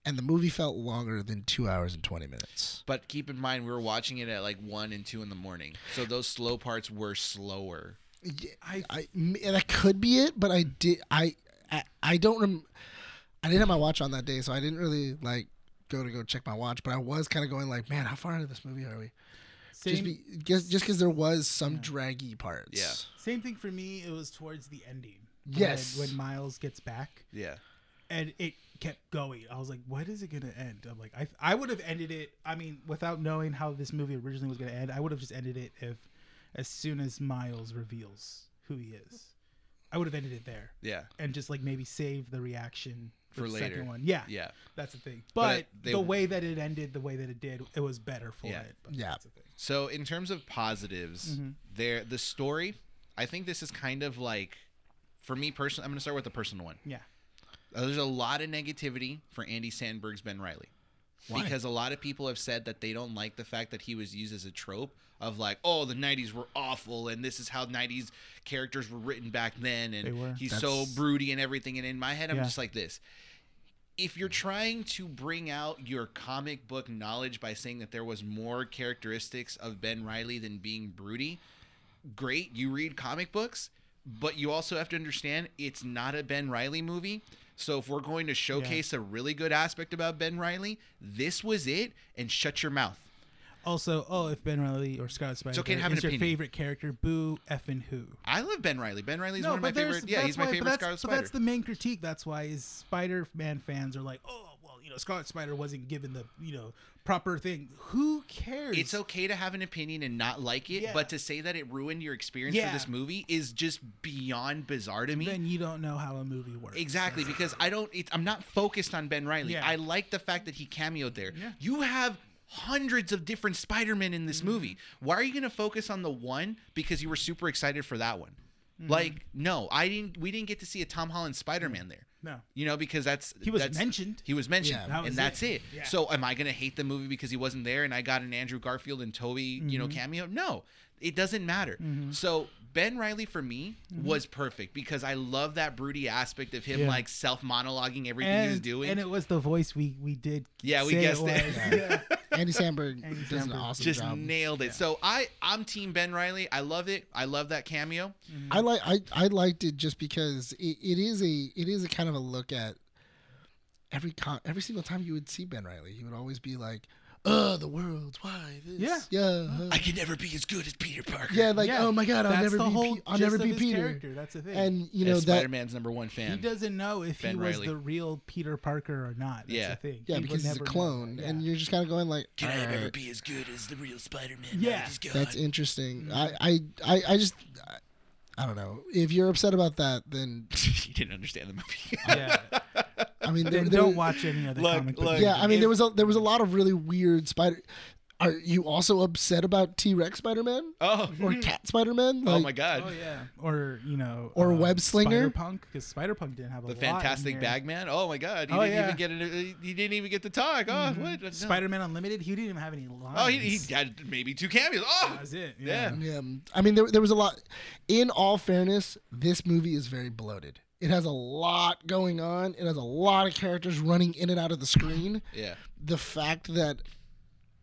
and the movie felt longer than two hours and twenty minutes. But keep in mind, we were watching it at like one and two in the morning, so those slow parts were slower. Yeah, I- I, m- that could be it, but I did I I, I don't rem- I didn't have my watch on that day, so I didn't really like go to go check my watch, but I was kind of going like, man, how far into this movie are we? Just Same- be, just just because there was some Yeah. draggy parts. Yeah. Same thing for me. It was towards the ending. when- Yes. When, Miles gets back, Yeah. and it kept going. I was like, "When is it gonna end?" I'm like, "I I would have ended it. I mean, without knowing how this movie originally was gonna end, I would have just ended it if, as soon as Miles reveals who he is, I would have ended it there Yeah. and just like maybe save the reaction for, For the later. second one. Yeah, Yeah. that's the thing. But, But they- the way that it ended, the way that it did, it was better for Yeah. it. But Yeah. that's the thing. So in terms of positives, Mm-hmm. there the story, I think this is kind of like for me personally, I'm going to start with the personal one. Yeah. Uh, There's a lot of negativity for Andy Sandberg's Ben Riley. Because a lot of people have said that they don't like the fact that he was used as a trope of like, oh, the '90s were awful, and this is how '90s characters were written back then, They and were. he's so That's- broody and everything. And in my head, I'm Yeah. just like this: if you're trying to bring out your comic book knowledge by saying that there was more characteristics of Ben Riley than being broody, great, you read comic books, but you also have to understand it's not a Ben Riley movie. So if we're going to showcase a really good aspect about Ben Riley, this was it and shut your mouth. Also, oh, if Ben Riley or Scott Spider okay to have an is your opinion. favorite character, boo effing who? I love Ben Riley. Ben Riley's one of my there's- favorite. Yeah, he's my why- but favorite that's- Scarlet but Spider. that's the main critique. That's why is Spider-Man fans are like, oh, well, you know, Scarlet Spider wasn't given the you know proper thing. Who cares? it's okay to have an opinion and not like it, Yeah. but to say that it ruined your experience Yeah. for this movie is just beyond bizarre to me. Then you don't know how a movie works. Exactly, because I don't. It, I'm not focused on Ben Riley. Yeah. I like the fact that he cameoed there. Yeah. Mm-hmm. You have hundreds of different Spider-Men in this movie. Why are you going to focus on the one because you were super excited for that one? Mm-hmm. Like, no, I didn't. We didn't get to see a Tom Holland Spider-Man there. Mm. No. You know, because that's He was that's- mentioned. He was mentioned, Yeah. That was and that's it. it. Yeah. So, am I going to hate the movie because he wasn't there and I got an Andrew Garfield and Toby, you know, Mm-hmm. cameo? No, it doesn't matter. So, Ben Riley for me was perfect because I love that broody aspect of him Mm-hmm. Yeah. like self monologuing everything And, he was doing. and it was the voice we we did. Yeah, we say guessed it. was. Yeah. Yeah. Andy Samberg Andy does an Samberg. awesome just job. nailed it. So I, I'm Team Ben Riley. I love it. I love that cameo. Mm-hmm. I like I, I liked it just because it, it is a it is a kind of a look at every con- every single time you would see Ben Riley, he would always be like, "Oh, the world, why this? Yeah. yeah, uh, I can never be as good as Peter Parker. yeah." Like, Yeah. oh my god, I'll That's never the be whole. Pe- I'll gist never of be his Peter. character. That's the thing. And you know as that Spider-Man's number one fan. he doesn't know if Ben he was Reilly. the real Peter Parker or not. That's Yeah. the thing. yeah, He would because he's a never know clone, that. and Yeah. you're just kind of going like, can I ever "Alright, be as good as the real Spider-Man? Yeah. Now he's gone. That's interesting. I, I I I just I- I don't know. If you're upset about that, then you didn't understand the movie. yeah. I mean, there, Then there- don't watch any other Look, comic book. look. Yeah, I mean, If- there was a there was a lot of really weird Spider. Are you also upset about T Rex Spider Man oh, or Mm-hmm. Cat Spider Man? oh my God. Oh yeah, or you know, uh, Or Web Slinger? Spider Punk, because Spider Punk didn't have a the lot fantastic in here. Bagman. Oh my God, he Oh, didn't yeah. Mm-hmm. even get an, uh, he didn't even get to talk. Oh, what No. Spider Man Unlimited. He didn't even have any lines. Oh, he, he had maybe two cameos. Oh, That was it. Yeah. Yeah. Yeah, um, I mean, there there was a lot. In all fairness, this movie is very bloated. It has a lot going on. It has a lot of characters running in and out of the screen. yeah, The fact that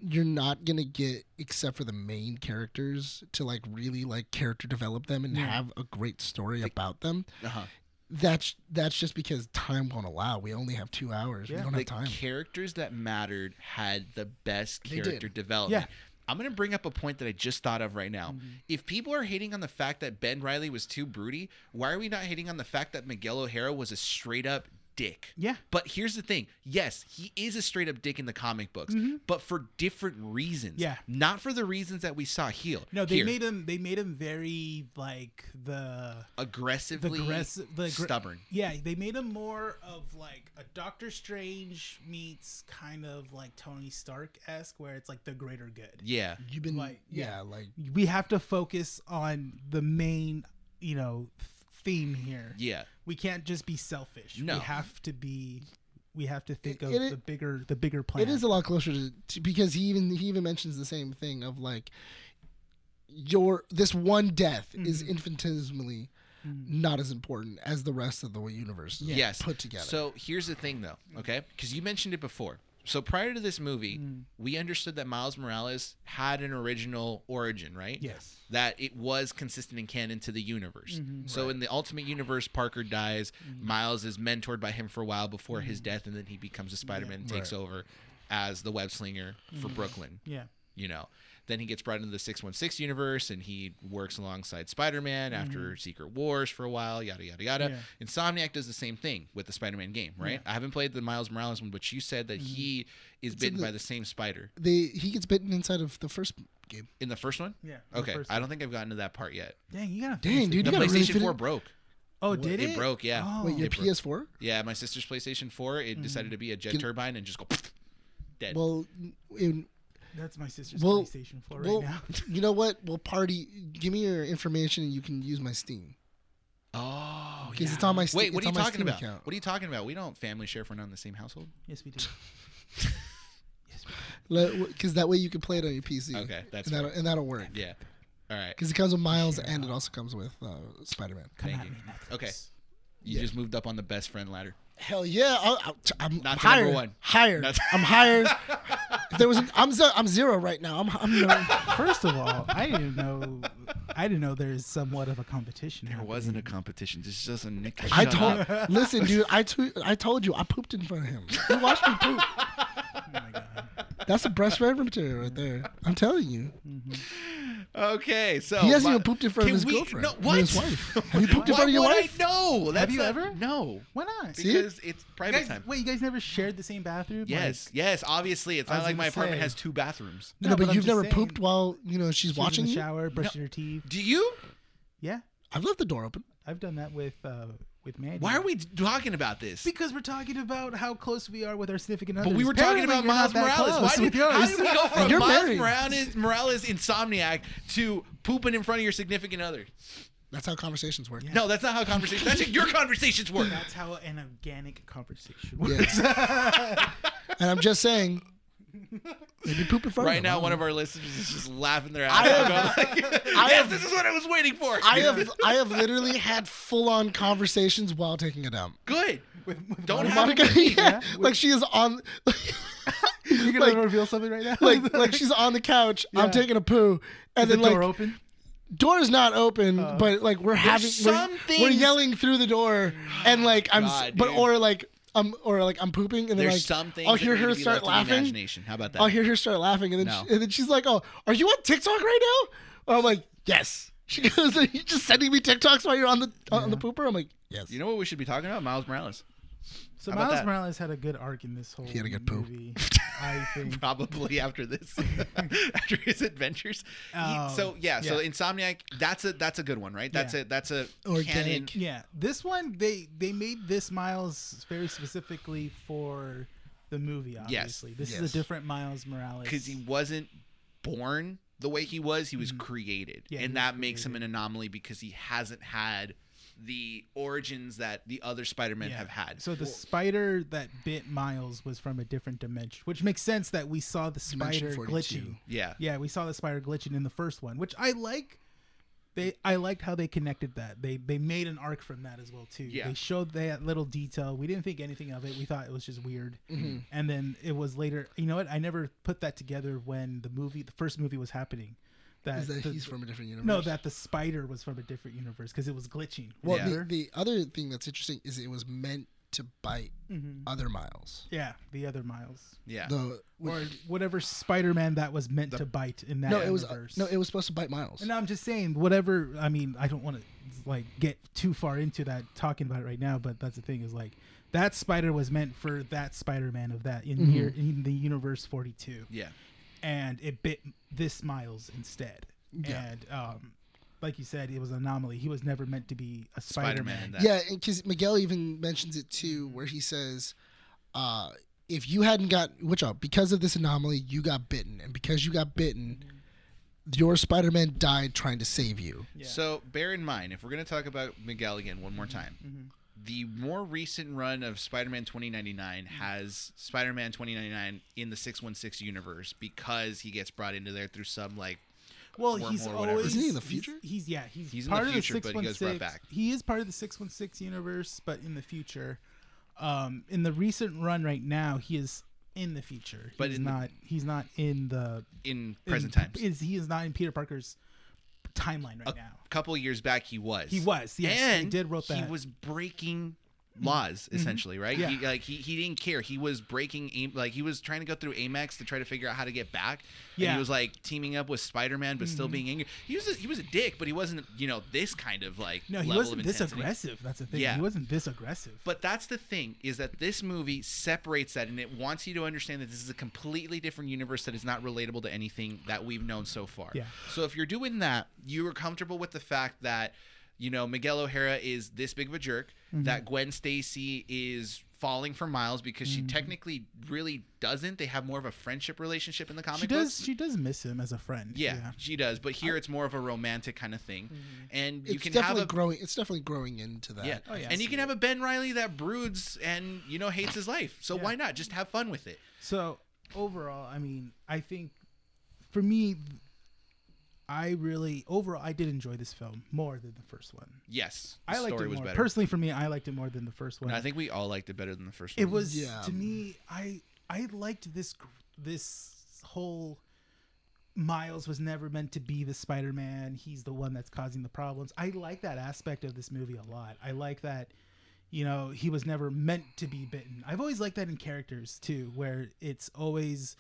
you're not gonna get, except for the main characters, to like really like character develop them and have a great story about them. uh-huh. That's that's just because time won't allow. We only have two hours. we Yeah. don't the have time. characters that mattered had the best did. character development. I'm gonna bring up a point that I just thought of right now. Mm-hmm. If people are hating on the fact that Ben Riley was too broody, why are we not hating on the fact that Miguel O'Hara was a straight up dick? Yeah. But here's the thing: yes, he is a straight up dick in the comic books, but for different reasons. Mm-hmm. Yeah. Not for the reasons that we saw here. No, they Here, made him. They made him very like the the aggressively aggressive, the aggr- stubborn. Yeah, they made him more of like a Doctor Strange meets kind of like Tony Stark esque, where it's like the greater good. Yeah. You've been Like, yeah, yeah. like We have to focus on the main, you know, th- theme here. Yeah. we can't just be selfish. No. We have to be we have to think It- of it- the bigger the bigger Oh, it plan. is a lot closer to, to because he even he even mentions the same thing of like your this one death is Mm-hmm. infinitesimally not as important as the rest of the universe is yes put together. so here's the thing though okay because you mentioned it before so prior to this movie Mm. we understood that miles morales had an original origin right Yes. that it was consistent in canon to the universe Mm-hmm. so in the ultimate universe parker Mm-hmm. dies miles is mentored by him for a while before his death and then he becomes a spider-man and takes over as the web slinger for Mm-hmm. Brooklyn. Yeah. You know, then he gets brought into the 616 universe and he works alongside Spider Man Mm-hmm. after Secret Wars for a while, yada, yada, yada. Insomniac does the same thing with the Spider Man game, right? I haven't played the Miles Morales one, but you said Mm-hmm. that he is bitten in the- by the same spider They he gets bitten inside of the first game. in the first one. Yeah. the Okay, first I one. don't think I've gotten to that part yet. Dang, you gotta. Dang, finish it. dude, The You gotta PlayStation really fit it- 4 broke. Oh, did it? It broke, yeah. Oh. Wait, your It broke. PS4? Yeah, my sister's PlayStation 4, Mm. it decided to be a jet Can- turbine and just go dead. Well, in, That's my sister's Well, PlayStation 4 well, right now. you know what? We'll party. Give me your information, and you can use my Steam oh, because yeah. it's on my. Steam- Wait, what it's are you on my talking Steam about? account. What are you talking about? We don't family share if we're not in the same household. Yes, we do. Because that way you can play it on your PC. Okay, that's and that'll, and that'll work. Yeah. All right. Because it comes with Miles, and it also comes with uh, Spider Man. Thank at you. me, Netflix. Okay. You just moved up on the best friend ladder. Hell yeah! I, I, am Not to higher. number one. Higher. Not to- I'm higher. if there was, an, I'm ze- I'm zero right now. I'm I'm you know, First of all, I didn't know. I didn't know there's somewhat of a competition. There wasn't a competition. This is just a Nick. I told. listen, dude. I to- I told you. I pooped in front of him. You watched me poop. That's a breast rubber material right there. I'm telling you. Okay, so He hasn't my- even pooped in front of Can his we- girlfriend. No, I mean, what? his wife. Have you pooped in Why front of your would I wife? know? That's you not- ever? No, Why not? See? because it's You private guys, time. wait, you guys never shared the same bathroom? Yes, Like, yes. Obviously, it's I not was like gonna my apartment say. has two bathrooms. No, No, but, but I'm you've just never saying. pooped while you know she's she was in watching the you. shower, brushing her teeth. Do you? Yeah, I've left the door open. I've done that with uh, with Mandy. Why are we talking about this? Because we're talking about how close we are with our significant others. But we were talking about Miles Apparently, you're not that Morales. Why close did, with how yours. did we go from And you're Miles married. Morales, Morales insomniac to pooping in front of your significant other? That's how conversations work. No, that's not how conversations. that's how your conversations work. That's how an organic conversation works. and I'm just saying, maybe poop in front Right of now, him. one of our listeners is just laughing their ass off. going like, yes, this is what I was waiting for. I have I have literally had full on conversations while taking a dump. Good. Don't have Monica, it. yeah, like she is on, You're gonna Like- reveal something right now. like like she's on the couch. Yeah. I'm taking a poo, and the then like door open. Uh-huh. door is not open, but like we're having we're, some we're things- yelling through the door, and like I'm s God, but dude. or like I'm or like I'm pooping, and then There's like some things. I'll that hear need to her be start left to the laughing. Imagination. How about that? I'll hear her Oh, start laughing, and then No. she, and then she's like, "Oh, are you on TikTok right now?" I'm like, "Yes." She goes, "Are you just sending me TikToks while you're on the on the pooper?" I'm like, "Yes." you know what we should be talking about? Miles Morales. So How about Miles that? Morales had a good arc in this whole. He had a good poo. movie. I think. Probably after this, after his adventures. He- Oh, so yeah, so yeah. Insomniac. That's a that's a good one, right? That's Yeah. a that's a canon. Organic. Yeah, this one they they made this Miles very specifically for the movie. Obviously, this Yes. is a different Miles Morales. because he wasn't born the way he was he was created Mm-hmm. Yeah, he and was that makes him an anomaly because he hasn't had the origins that the other spider-man Yeah. have had So the spider that bit Miles was from a different dimension, which makes sense that we saw the Dimension spider 42. glitching. yeah Yeah, we saw the spider glitching in the first one, which I like. They I liked how they connected that. They they made an arc from that as well too. Yeah. They showed that little detail. We didn't think anything of it. We thought it was just weird. Mm-hmm. And then it was later. You know what? I never put that together when the movie, the first movie, was happening. That, Is that the- he's from a different universe? no, that the spider was from a different universe because it was glitching. Well, Yeah. the, the other thing that's interesting is it was meant to bite other Miles. yeah, the other Miles. Mm-hmm. yeah The or whatever Spider-Man that was meant to bite in that no, it was uh, universe. no, it was supposed to bite Miles. And I'm just saying, whatever. I mean, I don't want to like get too far into that talking about it right now, but that's the thing is like that spider was meant for that Spider-Man of that in here in the universe 42, yeah and it bit this Miles instead. Yeah. And um, like you said, it was an anomaly. He was never meant to be a spider-man Spider-Man. that. Mm-hmm. Yeah, because Miguel even mentions it too, where he says, uh, "If you hadn't got which out because of this anomaly, you got bitten, and because you got bitten, Mm-hmm. your Spider-Man died trying to save you." Yeah. Mm-hmm. so bear in mind if we're going to talk about miguel again one more time the more recent run of spider-man 2099 Mm-hmm. has spider-man 2099 in the 616 universe because he gets brought into there through some like Well, wormhole he's or whatever. always Isn't he in the he's- future? He's, yeah, he's, He's in the part future, of the but six he one goes brought six. back. He is part of the six one six universe, but in the future. Um, in the recent run right now, he is in the future. But he's in the- not. he's not in the in in- present times Is he is not in Peter Parker's timeline right now? couple years back he was. He was, yes, they And did wrote He that. Mm-hmm. was breaking laws essentially, right? Yeah. He, like he, he didn't care. He was breaking aim like he was trying to go through Amex to try to figure out how to get back. And Yeah. Mm-hmm. he was like teaming up with Spider Man, but still being angry. He was a, he was a dick, but he wasn't you know this kind of like No, he level wasn't of this intensity. aggressive. That's the thing. Yeah. He wasn't this aggressive. But that's the thing is that this movie separates that and it wants you to understand that this is a completely different universe that is not relatable to anything that we've known so far. Yeah. So if you're doing that, you are comfortable with the fact that you know Miguel O'Hara is this big of a jerk, Mm-hmm. that Gwen Stacy is falling for Miles because Mm-hmm. she technically really doesn't. They have more of a friendship relationship in the comic she does. books. She does miss him as a friend. yeah, she does, but here it's more of a romantic kind of thing, Mm-hmm. and you it's can have definitely a growing. It's definitely growing into that. yeah. Oh, yeah, and you can have a Ben Riley that broods and you know hates his life. So Yeah. why not just have fun with it? So overall, I mean, I think for me, I really overall I did enjoy this film more than the first one. Yes, the I liked story it was more better. personally. For me, I liked it more than the first one. And I think we all liked it better than the first it one. was Uh, Yeah. to me. I I liked this gr- this whole. Miles was never meant to be the Spider-Man. He's the one that's causing the problems. I like that aspect of this movie a lot. I like that you know, he was never meant to be bitten. I've always liked that in characters too, where it's always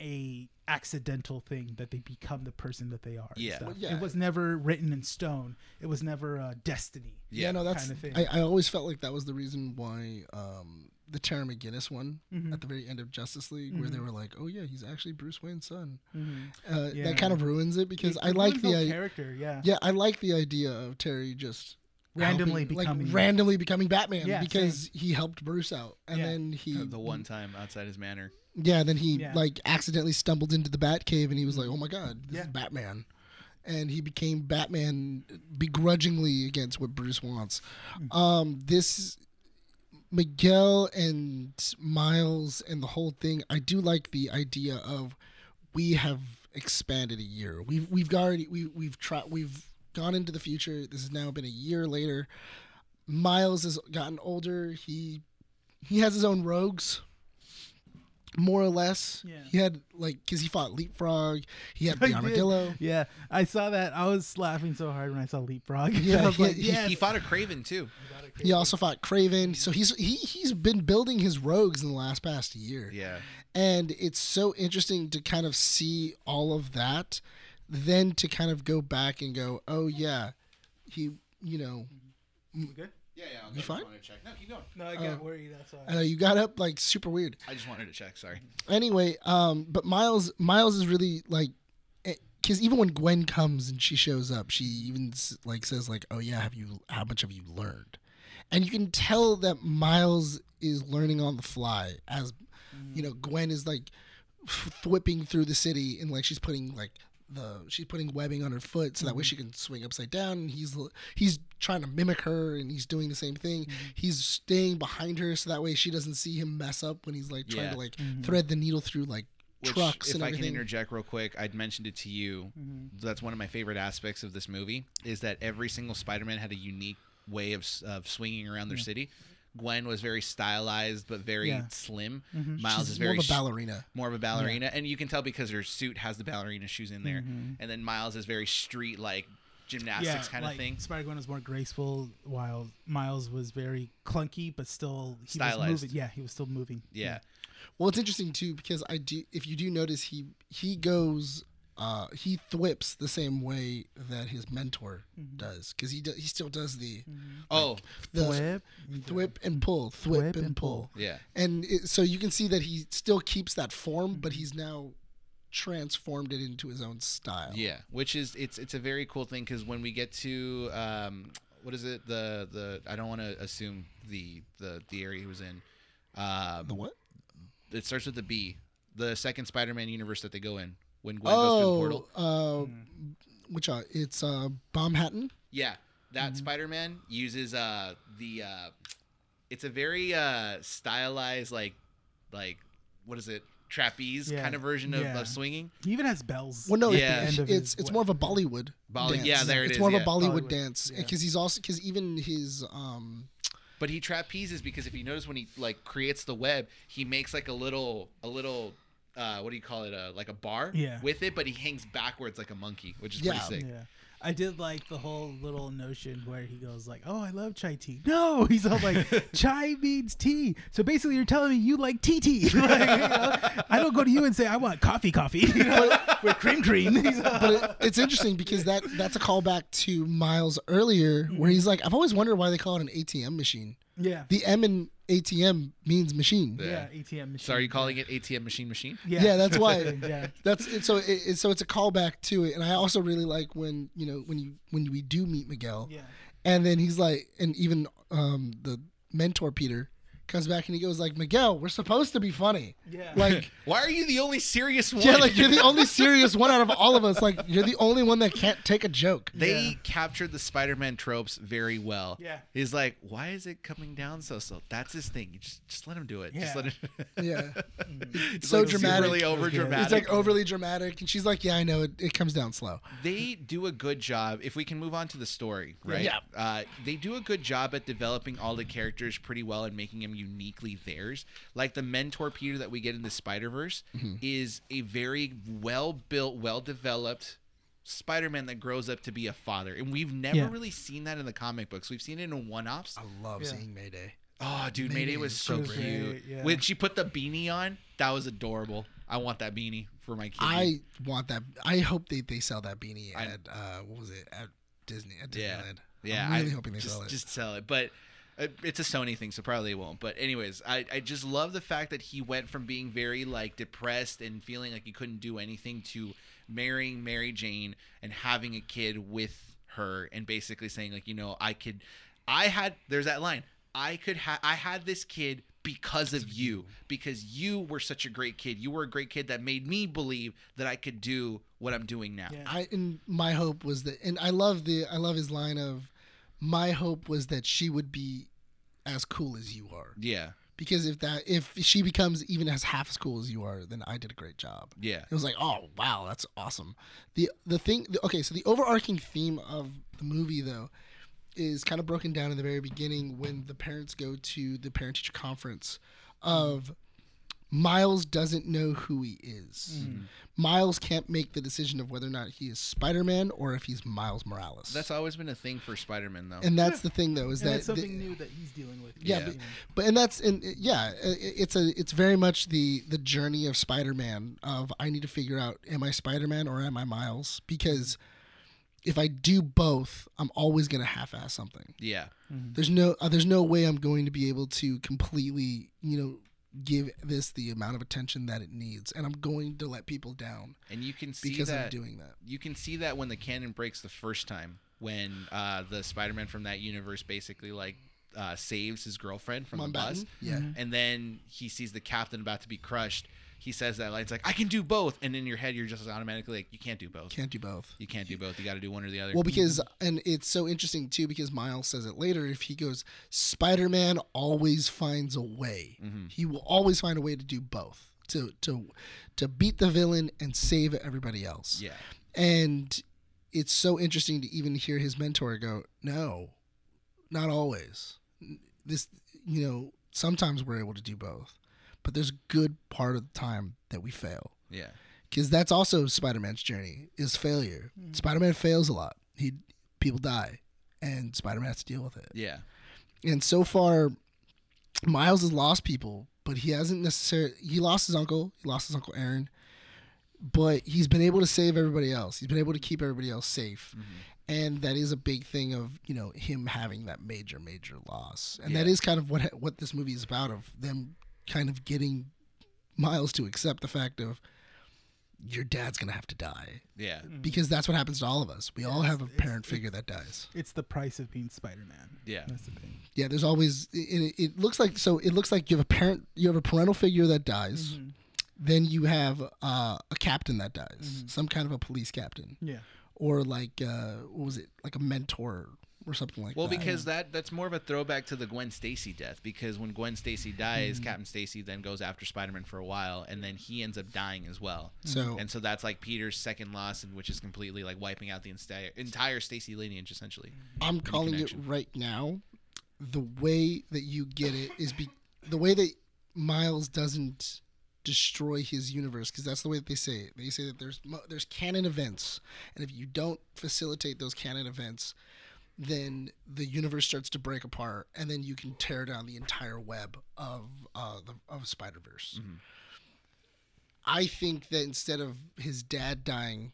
a accidental thing that they become the person that they are. and Yeah. stuff. Well, yeah. It was never written in stone. It was never uh, destiny. Yeah, no, that's. Kinda thing. I, I always felt like that was the reason why um, the Tara McGinnis one Mm-hmm. at the very end of Justice League, where they were like, "Oh yeah, he's actually Bruce Wayne's son." Uh, Mm-hmm. Yeah. That kind of ruins it because It- I it like ruins the whole I, character, yeah. yeah, I like the idea of Terry just Randomly helping- becoming- like randomly becoming Batman Yeah, because he helped Bruce out, and Yeah. then he the one time outside his manor. yeah, then he Yeah. like accidentally stumbled into the Bat Cave, and he was like, "Oh my God, this Yeah. is Batman." And he became Batman begrudgingly against what Bruce wants. Hmm. Um, this Miguel and Miles and the whole thing. I do like the idea of we have expanded a year. We've we've already we we've tried we've gone into the future. This has now been a year later. Miles has gotten older. He he has his own rogues, more or less. Yeah. He had like because he fought Leapfrog. He had I the did. armadillo. Yeah, I saw that. I was laughing so hard when I saw Leapfrog. Yeah, I was he- like, he- yes. He fought a Craven too. He also fought Craven. So he's he he's been building his rogues in the last past year. Yeah, and it's so interesting to kind of see all of that then to kind of go back and go oh yeah he you know Good? yeah, yeah. You fine? to check. No, keep going. No, I got worried. That's why. I know uh, you got up like super weird I just wanted to check. Sorry. anyway um but miles miles is really like because even when gwen comes and she shows up she even s- like says like oh yeah have you how much have you learned and you can tell that miles is learning on the fly as you know gwen is like f- whipping through the city and like she's putting like the she's putting webbing on her foot so that way she can swing upside down and he's l- he's trying to mimic her and he's doing the same thing he's staying behind her so that way she doesn't see him mess up when he's like trying Yeah. to like thread the needle through like Which, trucks if and I everything can interject real quick, I'd mentioned it to you. Mm-hmm. That's one of my favorite aspects of this movie is that every single Spider-Man had a unique way of, s- of swinging around their city. Gwen was very stylized but very Yeah. Mm-hmm. slim. Miles She's is more very of a sh- ballerina more of a ballerina, and you can tell because her suit has the ballerina shoes in there. And then Miles is very street like gymnastics kind like, of thing. Spider Gwen was more graceful, while Miles was very clunky, but still he Stylized. Was moving. Yeah, he was still moving. Yeah, well it's interesting too because i do if you do notice he he goes uh he thwips the same way that his mentor does because he do, he still does the Oh, the Thwip. thwip and pull thwip, Thwip and and pull, yeah. and it, so you can see that he still keeps that form but he's now transformed it into his own style Yeah, which is it's it's a very cool thing because when we get to um, what is it the the I don't want to assume the the the area he was in. Um, the what it starts with the B. The second Spider-Man universe that they go in when Gwen goes through the oh portal. uh which uh it's uh bomb hatton Yeah, Mm-hmm. that Spider-Man uses uh the uh, it's a very uh stylized like like what is it trapeze Yeah, kind of version of, yeah. of swinging. He even has bells. Well, no, Yeah. it's End of it's, his it's web. more of a Bollywood. Bolly- dance. yeah, there it it's is, more of yeah. a Bollywood, Bollywood, dance yeah. because he's also because even his um But he trapezes because if you notice when he like creates the web, he makes like a little a little uh what do you call it? Uh like a bar Yeah. with it, but he hangs backwards like a monkey, which is Yeah. pretty sick. yeah. I did like the whole little notion where he goes like, "Oh, I love chai tea." No, he's all like, "Chai means tea." So basically, you're telling me you like tea tea. Like, you know, I don't go to you and say I want coffee coffee you know, with cream cream. He's all- But it, it's interesting because that that's a callback to Miles earlier, where he's like, "I've always wondered why they call it an ATM machine. yeah, The M in ATM means machine. Yeah. yeah, ATM machine. So are you calling it ATM machine machine? Yeah, Yeah, that's why. yeah. That's it, so. It, it- so it's a callback to it, and I also really like when you know when you when we do meet Miguel, Yeah. and then he's like, and even um the mentor Peter comes back and he goes like, Miguel, we're supposed to be funny, Yeah. like. Why are you the only serious one? Yeah, like you're the only serious one out of all of us. Like you're the only one that can't take a joke. they Yeah. captured the Spider-Man tropes very well. Yeah. he's like, why is it coming down so slow? That's his thing. You just just let him do it. Just Yeah. let him. Yeah. It's So like dramatic. really over It's dramatic. like overly dramatic, and she's like, "Yeah, I know. It, it comes down slow." they do a good job. If we can move on to the story, right? Yeah. Uh, they do a good job at developing all the characters pretty well and making them uniquely theirs. Like the mentor Peter that we get in the Spider Verse is a very well built, well developed Spider Man that grows up to be a father. And we've never Yeah. really seen that in the comic books. We've seen it in one offs. love Yeah. seeing Mayday. Oh, dude, Mayday, Mayday was is so so cute. great, yeah. When she put the beanie on, that was adorable. I want that beanie for my kid. I want that. I hope they, they sell that beanie I- at uh, what was it at Disney at Yeah. Disneyland. Yeah, I'm really I- hoping they just, sell it. Just sell it, but uh, it's a Sony thing, so probably they won't. But anyways, I, I just love the fact that he went from being very like depressed and feeling like he couldn't do anything to marrying Mary Jane and having a kid with her, and basically saying like, you know, I could, I had. There's that line. I could have. I had this kid because of you because you were such a great kid you were a great kid that made me believe that i could do what i'm doing now Yeah. I and my hope was that, and I love the I love his line of, "My hope was that she would be as cool as you are." yeah Because if that if she becomes even as half as cool as you are, then I did a great job. yeah It was like, oh wow, that's awesome. The the thing, the, okay, so the overarching theme of the movie though is kind of broken down in the very beginning when the parents go to the parent teacher conference of Miles doesn't know who he is. Mm-hmm. Miles can't make the decision of whether or not he is Spider Man or if he's Miles Morales. that's always been a thing for spider-man though and that's the thing though is And that that's something the- new that he's dealing with. yeah, Yeah. But, but and that's and uh, yeah, i- i- it's a it's very much the the journey of Spider-Man of I need to figure out am I Spider-Man or am I Miles because if I do both, I'm always gonna half-ass something. yeah There's no uh, there's no way I'm going to be able to completely you know give this the amount of attention that it needs, and I'm going to let people down and you can see because that I'm doing that. you can see that when the cannon breaks the first time when uh, the spider-man from that universe basically like uh, saves his girlfriend from the bus Mountbatten? yeah. and then he sees the captain about to be crushed he says that like it's like i can do both and in your head you're just automatically like you can't do both Can't do both. you can't do both you got to do one or the other Well, because and it's so interesting too because Miles says it later. If he goes, Spider Man always finds a way. He will always find a way to do both to to to beat the villain and save everybody else. yeah And it's so interesting to even hear his mentor go, "No, not always. This, you know, sometimes we're able to do both, but there's a good part of the time that we fail." yeah because that's also Spider-Man's journey is failure. Spider-Man fails a lot. He people die, and Spider-Man has to deal with it. yeah And so far, Miles has lost people, but he hasn't necessarily. He lost his uncle. He lost his uncle Aaron, but he's been able to save everybody else. He's been able to keep everybody else safe. Mm-hmm. And that is a big thing of you know him having that major major loss, and that Yeah. is kind of what what this movie is about of them kind of getting Miles to accept the fact of your dad's gonna have to die yeah because that's what happens to all of us. We all have a Mm-hmm. it's- parent it's- figure that dies. It's the price of being Spider-Man. Yeah. That's the thing. Yeah, there's always it, it- it looks like so it looks like you have a parent you have a parental figure that dies, then you have uh, a captain that dies, some kind of a police captain Yeah. or like uh, what was it like a mentor or something like Well, that. because that that's more of a throwback to the Gwen Stacy death. Because when Gwen Stacy dies, Mm. Captain Stacy then goes after Spider Man for a while, and then he ends up dying as well. So- and so that's like Peter's second loss, and which is completely like wiping out the entire entire Stacy lineage essentially. I'm calling it connection. right now. The way that you get it is be the way that Miles doesn't destroy his universe because that's the way that they say it. They say that there's mo- there's canon events, and if you don't facilitate those canon events, then the universe starts to break apart, and then you can tear down the entire web of uh, the, of Spider Verse. Mm-hmm. I think that instead of his dad dying,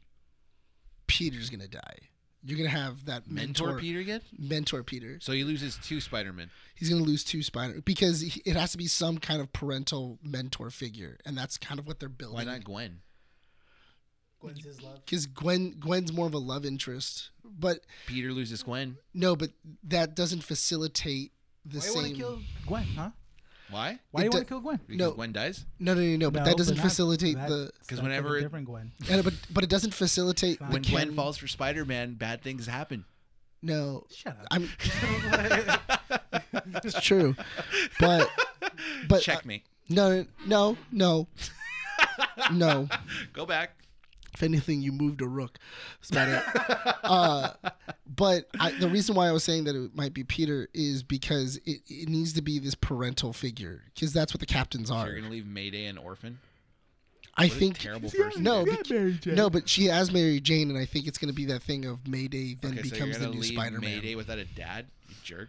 Peter's gonna die. You're gonna have that mentor, Mentor Peter again? mentor Peter. So he loses two Spider-Men. He's gonna lose two Spider because he- it has to be some kind of parental mentor figure, and that's kind of what they're building. Why not Gwen? Gwen's his love. Because Gwen Gwen's more of a love interest, but Peter loses Gwen. no, but that doesn't facilitate the Why you want same. to kill Gwen? Huh? Why? Why do you do- want to kill Gwen? Because No. Gwen dies. No, no, no, no. But that doesn't not- facilitate that's- the. that's whenever a it- different Gwen. And, but but it doesn't facilitate the When Gwen canon- falls for Spider-Man, bad things happen. No, Shut up. I'm. it's true, but but uh, Checkmate. no, no, no, no. Go back. If anything, you moved a rook. That's about it. uh, but I, the reason why I was saying that it might be Peter is because it, it needs to be this parental figure because that's what the captains So are. you're gonna leave Mayday an orphan. I What a think terrible person. no, to be. Yeah, bec- Mary Jane. no, but she has Mary Jane, and I think it's going to be that thing of Mayday then okay, so becomes you're the gonna new leave Spider Mayday Man. without a dad. You jerk.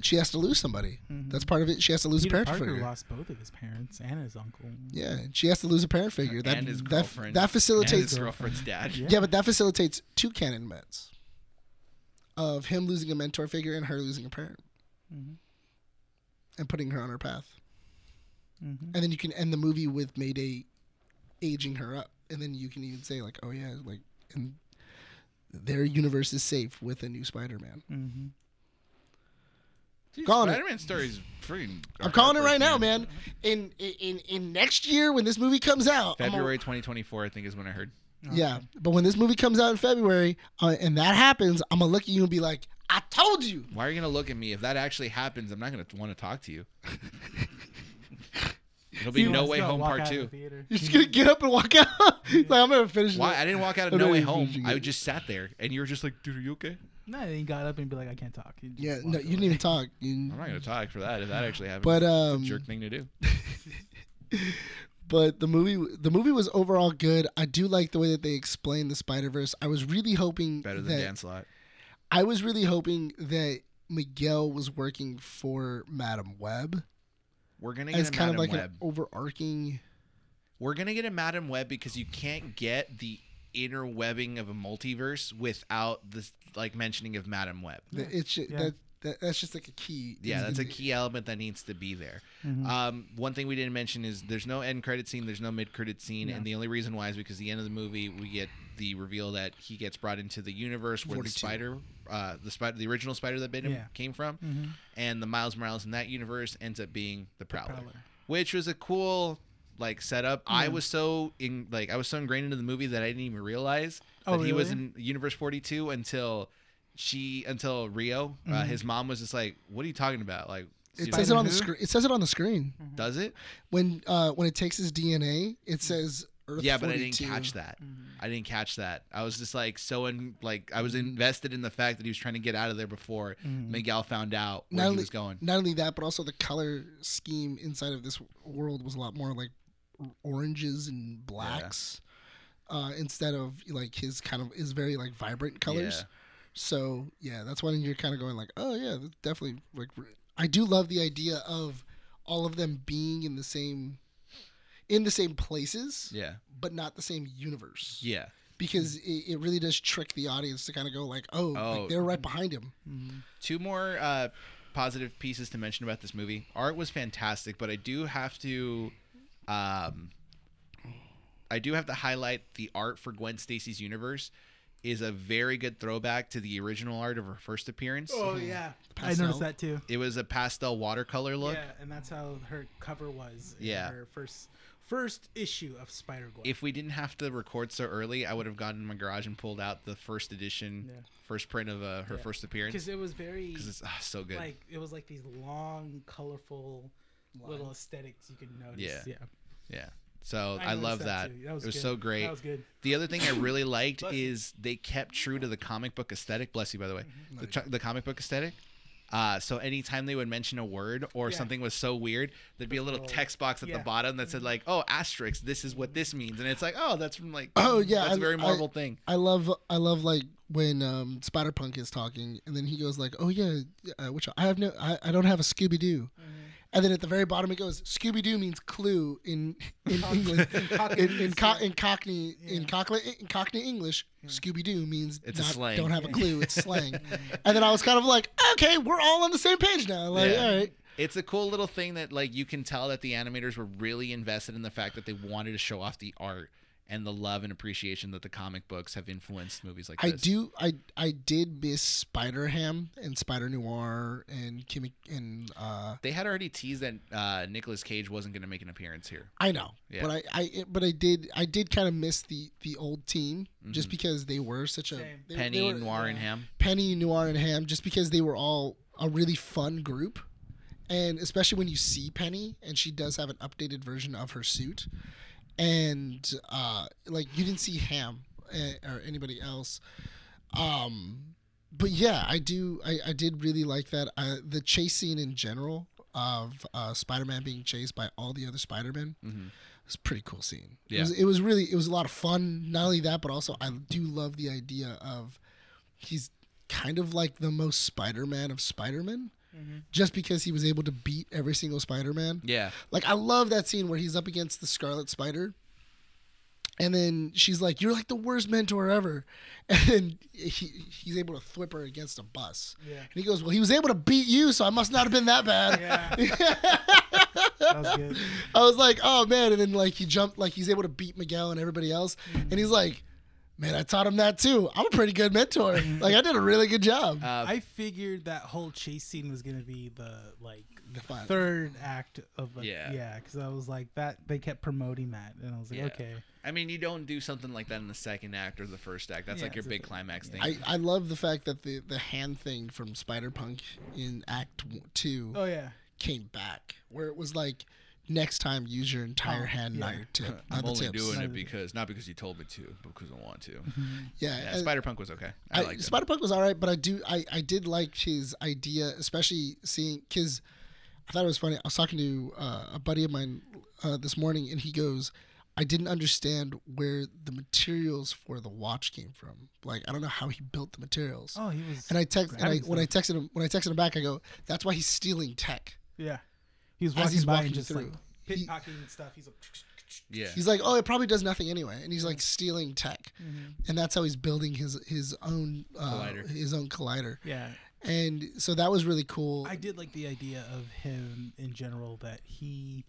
She has to lose somebody. That's part of it. She has to lose a Mm-hmm. Peter parent Parker figure. lost both of his parents and his uncle. Yeah, she has to lose a parent figure. That and his that, girlfriend. that and facilitates his girlfriend's dad. Yeah. Yeah, but that facilitates two canon events of him losing a mentor figure and her losing a parent and putting her on her path. Mhm. And then you can end the movie with Mayday aging her up. And then you can even say, like, oh, yeah, like, and their universe is safe with a new Spider Man. Mm-hmm. Dude, Calling it. Spider-Man stories. Freaking. I'm calling it right now, man. In in in next year when this movie comes out, I'm a- February 2024, I think, is when I heard. yeah, but when this movie comes out in February uh, and that happens, I'm gonna look at you and be like, "I told you." Why are you gonna look at me? If that actually happens, I'm not gonna want to talk to you. It'll be No Way Home Part Two. You're just gonna get up and walk out. like I'm gonna finish. Why? this. I didn't walk out of I'm No not Way even Home. finishing I it. just sat there, and you were just like, "Dude, are you okay?" No, he got up and be like, I can't talk. He just Yeah, no, walked you didn't away. even talk. You, I'm not gonna talk for that if that actually happens. but um, jerk thing to do. but the movie, the movie was overall good. I do like the way that they explained the Spider Verse. I was really hoping Better than that Dan Slott. I was really hoping that Miguel was working for Madam Web We're gonna as get a kind Madam of like Web. an overarching. We're gonna get a Madam Web because you can't get the inner webbing of a multiverse without this like mentioning of Madam Web. that It's ju- Yeah. that, that that's just like a key. Yeah, It's- that's a key element that needs to be there. Mm-hmm. Um, one thing we didn't mention is there's no end credit scene, there's no mid credit scene, and the only reason why is because the end of the movie we get the reveal that he gets brought into the universe where 42. the spider, uh, the spider, the original spider that bit him Yeah. Mm-hmm. came from, and the Miles Morales in that universe ends up being the Prowler, Prowler. which was a cool like setup. I was so in like I was so ingrained into the movie that I didn't even realize Oh, that he was really? in Universe 42 until she until Rio, uh, his mom was just like, "What are you talking about?" Like, Mm-hmm. you It know, says it on the Who? Hmm. screen. It says it on the screen does it? when uh when it takes his DNA. It says Earth. Mm-hmm. yeah, but I didn't 42. catch that. I didn't catch that. I was just like so in like I was Mm-hmm. invested in the fact that he was trying to get out of there before Miguel found out where not he only, Mm-hmm. was going. Not only that, but also the color scheme inside of this w- world was a lot more like r- oranges and blacks uh, instead of like his kind of his very like vibrant colors. Yeah. So yeah, that's when you're kind of going like, oh yeah, that's definitely like. r- I do love the idea of all of them being in the same, in the same places, Yeah, but not the same universe. yeah. Because it, it really does trick the audience to kind of go like, oh, Oh. like they're right behind him. Two more uh, positive pieces to mention about this movie. Art was fantastic, but I do have to, um, I do have to highlight the art for Gwen Stacy's universe is a very good throwback to the original art of her first appearance. Oh yeah, I Pastel. noticed that too. It was a pastel watercolor look. Yeah, and that's how her cover was. in Yeah. her first first issue of Spider Gwen. If we didn't have to record so early, I would have gone in my garage and pulled out the first edition, Yeah. first print of uh, her first appearance because it was very because it's ah, so good. like it was like these long, colorful little aesthetics you could notice. Yeah. yeah. yeah. So I I, noticed love that that. too. That was it was good. so great. That was good. The other thing I really liked Bless you. Mm-hmm. is they kept true to the comic book aesthetic. Bless you, by the way. The, ch- the comic book aesthetic. Uh, so anytime they would mention a word or Yeah. something was so weird, there'd be a Oh, little text box at Yeah. the bottom that Mm-hmm. said like, "Oh, asterisk. This is what this means," and it's like, "Oh, that's from like, Oh, yeah, that's I- a very I- Marvel thing." I love I love like when um Spider Punk is talking and then he goes like, "Oh yeah, uh, which I have no I, I don't have a Scooby Doo." And then at the very bottom it goes, "Scooby Doo means clue in in England in in, co- in Cockney in Cockney in Cockney English, Scooby Doo means It's a not- slang. don't have a clue, it's slang." and then I was kind of like, "Okay, we're all on the same page now." Like, Yeah. all right. It's a cool little thing that like you can tell that the animators were really invested in the fact that they wanted to show off the art and the love and appreciation that the comic books have influenced movies like I this. do. I I did miss Spider Ham and Spider Noir and Kimmy and uh, They had already teased that uh, Nicolas Cage wasn't going to make an appearance here. I know, Yeah. but I, I it- but I did I did kind of miss the the old team just Mhm. because they were such a Same. they- they Penny, were- Noir, and Ham. Penny Noir and Ham just because they were all a really fun group, and especially when you see Penny and she does have an updated version of her suit, and uh, like you didn't see Ham eh, or anybody else, um, but yeah, I do I, I did really like that uh, the chase scene in general of uh, Spider-Man being chased by all the other Spider-Men. Mhm. It's a pretty cool scene. It, Yeah. was, it was really it was a lot of fun. Not only that, but also I do love the idea of he's kind of like the most Spider-Man of Spider-Man, just because he was able to beat every single Spider-Man. Yeah. Like I love that scene where he's up against the Scarlet Spider. And then she's like, "You're like the worst mentor ever," and then he, he's able to thwip her against a bus. Yeah. And he goes, "Well, he was able to beat you, so I must not have been that bad." Yeah. that was good. I was like, oh man, and then like he jumped, like he's able to beat Miguel and everybody else, Mm-hmm. and he's like, man, I taught him that too. I'm a pretty good mentor. like I did a really good job. Uh, I figured that whole chase scene was gonna be the like The final. third act of like, Yeah. yeah, because I was like that they kept promoting that, and I was like, Yeah. okay, I mean, you don't do something like that in the second act or the first act. That's Yeah, like your it's a big thing. climax thing. I, I love the fact that the, the hand thing from Spider Punk in Act w- Two oh yeah, came back, where it was like, next time use your entire Oh, hand, yeah. not your tip, not I'm the only tips. doing Not it the- because not because you told me to, but because I want to. yeah, Yeah, and- Spider Punk was okay. I, I, liked it. Spider Punk was all right, but I do I, I did like his idea, especially seeing because I thought it was funny. I was talking to uh, a buddy of mine uh, this morning, and he goes, "I didn't understand where the materials for the watch came from. Like I don't know how he built the materials." oh he was, And I text and I, grabbing when I texted him when I texted him back, I go, "That's why he's stealing tech." yeah, he was As walking he's by walking and just through, like he- pickpocketing stuff. He's like, yeah. He's like, "Oh, it probably does nothing anyway," and he's like stealing tech, Mhm. and that's how he's building his his own uh, Collider. his own collider. yeah, And so that was really cool. I did like the idea of him in general that he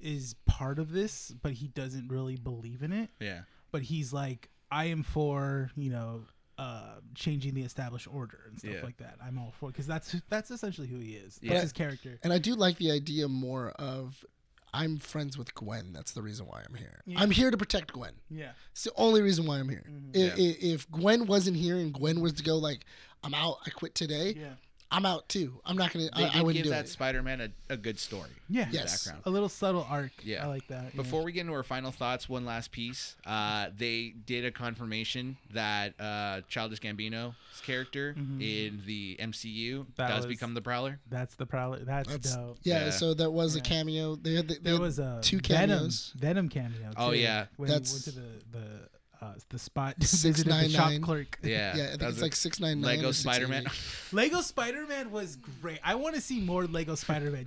is part of this, but he doesn't really believe in it. yeah. but he's like, I am for you know, uh, changing the established order and stuff Yeah. like that. I'm all for because that's that's essentially who he is. Yeah. That's his character. And I do like the idea more of I'm friends with Gwen. That's the reason why I'm here. Yeah. Mm-hmm. I'm here to protect Gwen. Yeah, It's the only reason why I'm here. I Yeah. i If Gwen wasn't here and Gwen was to go like, I'm out. I quit today. yeah, I'm out too. I'm not gonna. They I, I did wouldn't give do that it. Spider Man a, a good story. yeah. Yes. Background. A little subtle arc. Yeah. I like that. yeah. Before we get into our final thoughts, one last piece. Uh, they did a confirmation that uh, Childish Gambino's character Mm-hmm. in the MCU That does was- become the Prowler. that's the prowler. That's, That's- dope. yeah, Yeah. So that was a Yeah. cameo. They had, they There had was a two Venom cameos. Venom cameo. Too, Oh, yeah. when That's- he went to the the uh, the spot Six visited the nine shop nine. clerk. Yeah. Yeah, I that think was it's a like six nine nine. Lego Spider Man. Lego Spider Man was great. I want to see more Lego Spider Man.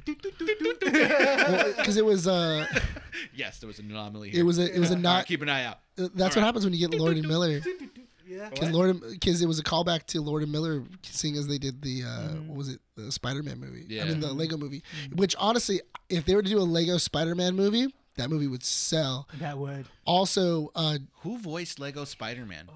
Because it was uh, yes, there was an anomaly here. it was a it was a All right, not. Uh, uh, keep an eye out. That's what happens when you get Lord and Miller. Yeah. Because Lord, because it was a callback to Lord and Miller, seeing as they did the uh, what was it, the Spider-Man movie? I Mm-hmm. Yeah. Mm-hmm. mean the Mm-hmm. Lego movie. Which honestly, if they were to do a Lego Spider-Man movie, that movie would sell. That would. Also, uh, Who voiced Lego Spider Man? Oh,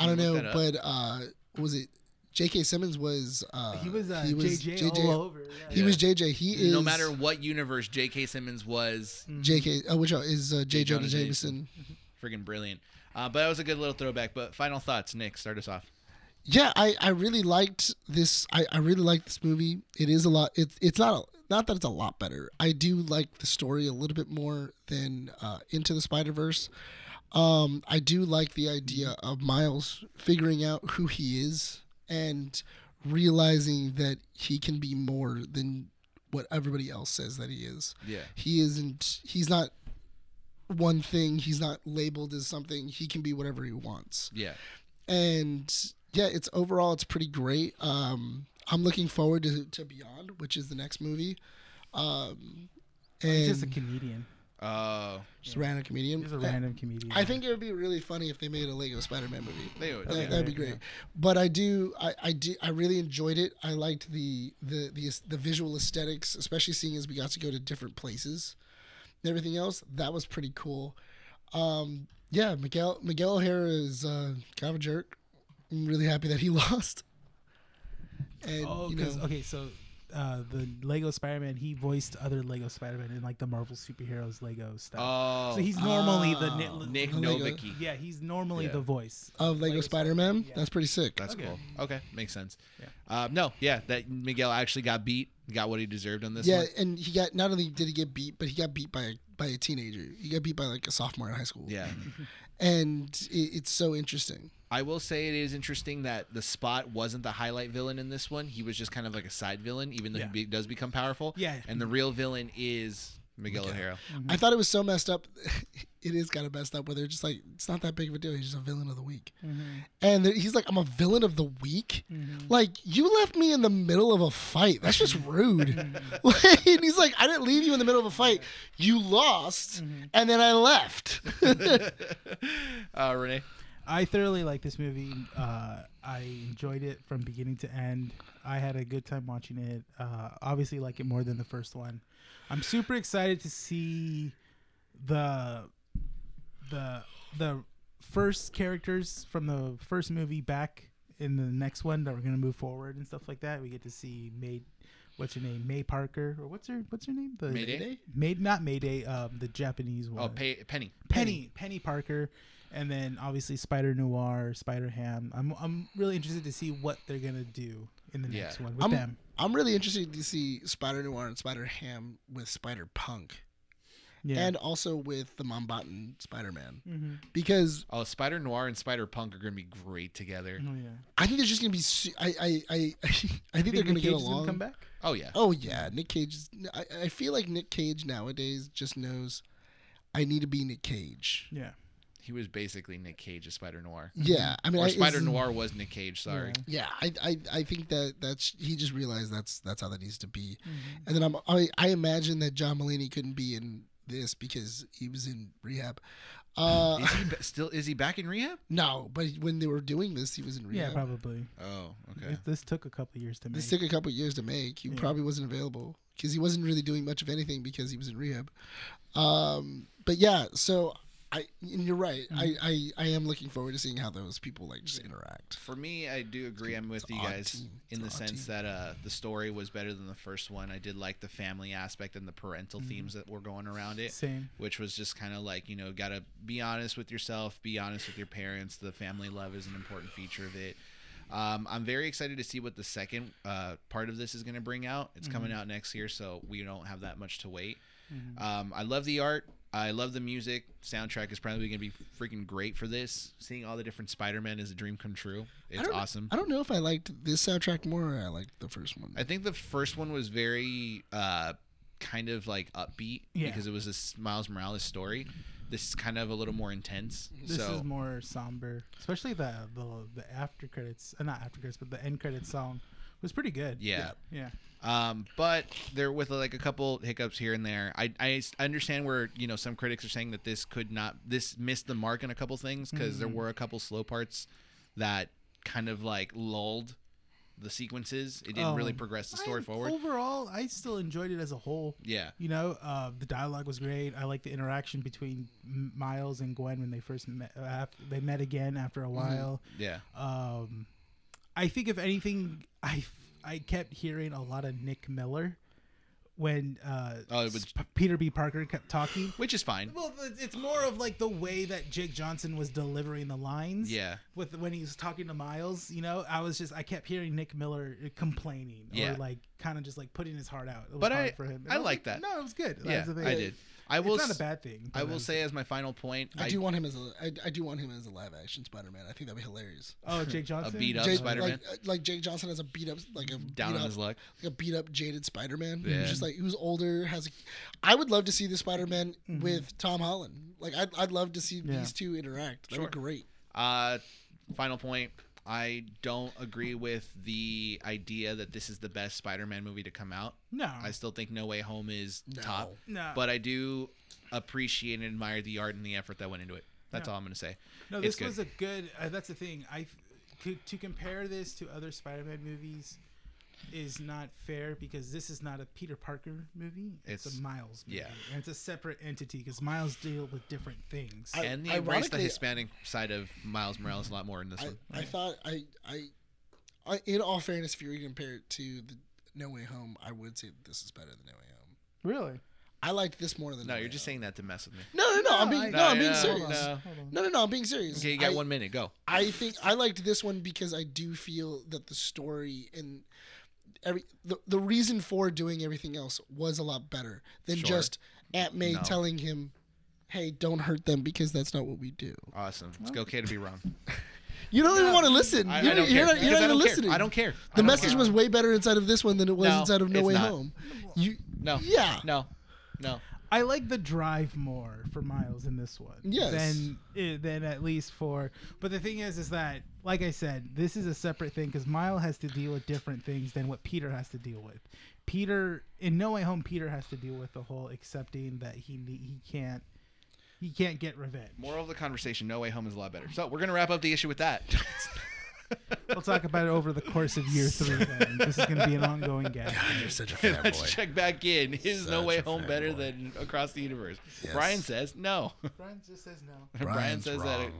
I don't even I don't look know, that but up. uh, what was it J.K. Simmons was uh, He was uh, JJ, all over. Yeah. He was JJ. He is No matter what universe, J.K. Simmons was J.K. Uh, which one is uh, J. Jonah Jonah Jameson. Jameson. friggin' brilliant. Uh, but that was a good little throwback. But final thoughts, Nick, start us off. yeah i i really liked this i i really liked this movie it is a lot it's it's not a, not that it's a lot better i do like the story a little bit more than uh into the spider verse um i do like the idea of miles figuring out who he is and realizing that he can be more than what everybody else says that he is. Yeah. He isn't. He's not one thing. He's not labeled as something. He can be whatever he wants. Yeah. And yeah, it's overall it's pretty great. Um, I'm looking forward to, to Beyond, which is the next movie. Um, and Oh, He's just a comedian. Oh. just a random comedian. He's a random comedian. I think it would be really funny if they made a Lego Spider-Man movie. they always That, that'd be great. But I do, I, I do, I really enjoyed it. I liked the, the the the visual aesthetics, especially seeing as we got to go to different places and everything else. That was pretty cool. Um, yeah, Miguel Miguel O'Hara is uh, kind of a jerk. I'm really happy that he lost. And Oh, you 'cause- know, okay, so uh, the Lego Spider-Man, he voiced other Lego Spider-Man in like the Marvel superheroes Lego stuff. Oh. so he's normally the Ah. ni- Nick Oh my God. Nowicki. Yeah, he's normally Yeah. the voice. of Lego, Lego Spider-Man, yeah. that's pretty sick. That's Okay. cool. Okay, makes sense. Uh, no, yeah, that Miguel actually got beat, got what he deserved on this yeah, one. and he got not only did he get beat, but he got beat by a, by a teenager. He got beat by like a sophomore in high school. Yeah. and it, it's so interesting. I will say it is interesting that the spot wasn't the highlight villain in this one. He was just kind of like a side villain, even though Yeah. he be- does become powerful. Yeah. And the real villain is Miguel O'Hara. I thought it was so messed up. It is kind of messed up where they're just like, it's not that big of a deal. He's just a villain of the week. And they're- he's like, I'm a villain of the week? Like, you left me in the middle of a fight. That's just rude. Like, and he's like, I didn't leave you in the middle of a fight. You lost, and then I left. Uh, Renee? I thoroughly like this movie. Uh, I enjoyed it from beginning to end. I had a good time watching it. Uh, obviously, like it more than the first one. I'm super excited to see the the the first characters from the first movie back in the next one that we're gonna move forward and stuff like that. We get to see May, what's her name, May Parker, or what's her what's her name? The Mayday? May not Mayday. Um, the Japanese one. Oh, pay- Penny. Penny, Penny Parker, and then obviously Spider Noir, Spider Ham. I'm I'm really interested to see what they're gonna do in the Yeah. next one with I'm, them. I'm really interested to see Spider Noir and Spider Ham with Spider Punk. Yeah, And also with the Mombatan Spider Man. Mhm. Because Oh, Spider Noir and Spider Punk are going to be great Mm-hmm. together. oh yeah. I think they're just gonna be. su- I I I, I think they're gonna Think Nick get Cage is gonna along. Come back. Oh, yeah. Oh yeah, Nick Cage. Is, I I feel like Nick Cage nowadays just knows I need to be Nick Cage. Yeah. He was basically Nick Cage as Spider Noir. Mm-hmm. Yeah, I mean, I, Or it's- Spider Noir was Nick Cage, sorry. Yeah. Yeah, I, I I think that that's he just realized that's that's how that needs to be, Mm-hmm. and then I'm I, I imagine that John Mulaney couldn't be in this because he was in rehab. Uh, Is he ba- still is he back in rehab? no, but when they were doing this, he was in Yeah, rehab. probably. Oh, okay. This- This took a couple years to make. This took a couple years to make. He Yeah. probably wasn't available because he wasn't really doing much of anything because he was in rehab. Um, but yeah, so I and you're right. Mm-hmm. I, I I am looking forward to seeing how those people like just interact. For me, I do agree. I'm with It's you an odd guys team. It's in an the odd sense team. that uh, the story was better than the first one. I did like the family aspect and the parental Mm-hmm. themes that were going around it, Same. which was just kind of like you know, gotta be honest with yourself, be honest with your parents. The family love is an important feature of it. Um, I'm very excited to see what the second uh, part of this is going to bring out. It's coming Mm-hmm. out next year, so we don't have that much to wait. Mm-hmm. Uh, Um, I love the art. I love the music. Soundtrack is probably going to be freaking great for this. Seeing all the different Spider-Man is a dream come true. It's don't- awesome. I don't know if I liked this soundtrack more or I liked the first one. I think the first one was very uh, kind of like upbeat Yeah. because it was this Miles Morales story. This is kind of a little more intense. This so is more somber, especially the the the after credits, uh, not after credits, but the end credits song was pretty good. yeah. Yeah. Um, but there with like a couple hiccups here and there. I, I s- understand where you know some critics are saying that this could not this missed the mark on a couple things because Mm. there were a couple slow parts that kind of like lulled the sequences. It didn't really Um, progress the story I- forward. Overall, I still enjoyed it as a whole. yeah, You know, uh, the dialogue was great. I like the interaction between M- Miles and Gwen when they first met. Uh, af- they met again after Mm-hmm. a while. yeah, Um, I think if anything, I f- I kept hearing a lot of Nick Miller when uh, Oh, it was- Sp- Peter B. Parker kept talking. which is fine. Well, it's- it's more of like the way that Jake Johnson was delivering the lines. Yeah. With when he was talking to Miles, you know, I was just I kept hearing Nick Miller uh, complaining Yeah. or like kind of just like putting his heart out. It was But hard I- for him. And I was like that. No, it was good. That Yeah, was the thing. I did. I will. it's not s- a bad thing. I but will I'm- say as my final point. I, do want him as a I, I do want him as a live action Spider Man. I think that'd be hilarious. Oh, Jake Johnson. beat-up Jake- Spider-Man? like, uh, like Jake Johnson has a beat up like a down beat on up, his luck. like a beat up jaded Spider Man Yeah. who's just like who's older has. A, I would love to see the Spider Man with Tom Holland. Like I'd, I'd love to see Mm-hmm. Yeah. these two interact. That would be Sure. great. Uh, final point. I don't agree with the idea that this is the best Spider-Man movie to come out. No. I still think No Way Home is Uh-huh. No. top, No. but I do appreciate and admire the art and the effort that went into it. That's Yeah. all I'm gonna say. No, It's this was a good. Uh, that's the thing. I to, to compare this to other Spider-Man movies is not fair because this is not a Peter Parker movie. It's, It's- a Miles movie. yeah. and it's a separate entity because Miles deal with different things. I- and they embraced the ironically- Hispanic side of Miles Morales a lot more in this I, one. I thought I, I I in all fairness, if you were to compare it to the No Way Home, I would say that this is better than No Way Home. really? I liked this more than No, Way you're just Home. saying that to mess with me. No, no, no. I'm being no, I'm being no, serious. No. no. no, no, I'm being serious. Okay, you got I, one minute. Go. I think I liked this one because I do feel that the story and every the, the reason for doing everything else was a lot better than Sure. just Aunt May No. telling him, "Hey, don't hurt them because that's not what we do." Awesome. It's okay to be wrong. You don't even want to listen. I, you're I don't you're care. not, you're because not I even don't listening. Care. I don't care. I The don't message care. was way better inside of this one than it was No, inside of No it's Way not. Home. You, no. yeah, No. No. I like the drive more for Miles in this one. Yes. Than eh, than at least for. But the thing is, is that like I said, this is a separate thing because Miles has to deal with different things than what Peter has to deal with. Peter in No Way Home, Peter has to deal with the whole accepting that he ne- he can't he can't get revenge. Moral of the conversation: No way home is a lot better. So we're gonna wrap up the issue with that. We'll talk about it over the course of year three. Then this is going to be an ongoing gap. You're such a Let's fanboy. check back in. Is No Such Way a Home better fanboy. than Across the Universe? Yes. Brian says no. Brian just says no. Brian Brian's says that wrong.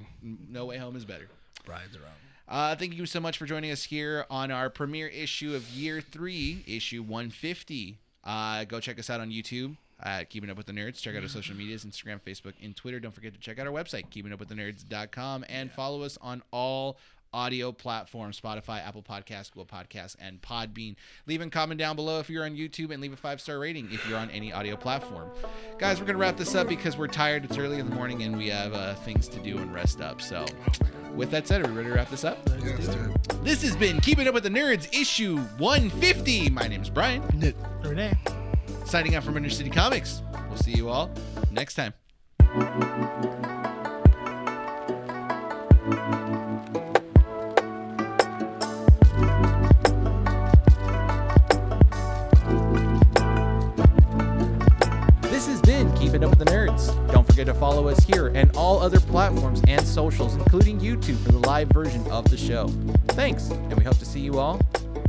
No Way Home is better. Brian's wrong. Uh, thank you so much for joining us here on our premiere issue of year three, issue 150. Uh, go check us out on YouTube at Keeping Up With The Nerds. Check out our social medias Instagram, Facebook, and Twitter. Don't forget to check out our website, keepingupwiththenerds.com, and follow us on all audio platforms Spotify, Apple Podcasts, Google Podcasts, and Podbean. Leave a comment down below if you're on YouTube and leave a five star rating if you're on any audio platform. Guys, we're going to wrap this up because we're tired. It's early in the morning and we have uh, things to do and rest up. So, with that said, are we ready to wrap this up? Yeah, let's do it. This has been Keeping Up with the Nerds, issue 150. My name is Brian, Renee. signing out from Inner City Comics. We'll see you all next time. This has been Keeping Up with the Nerds. Don't forget to follow us here and all other platforms and socials, including YouTube, for the live version of the show. Thanks, and we hope to see you all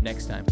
next time.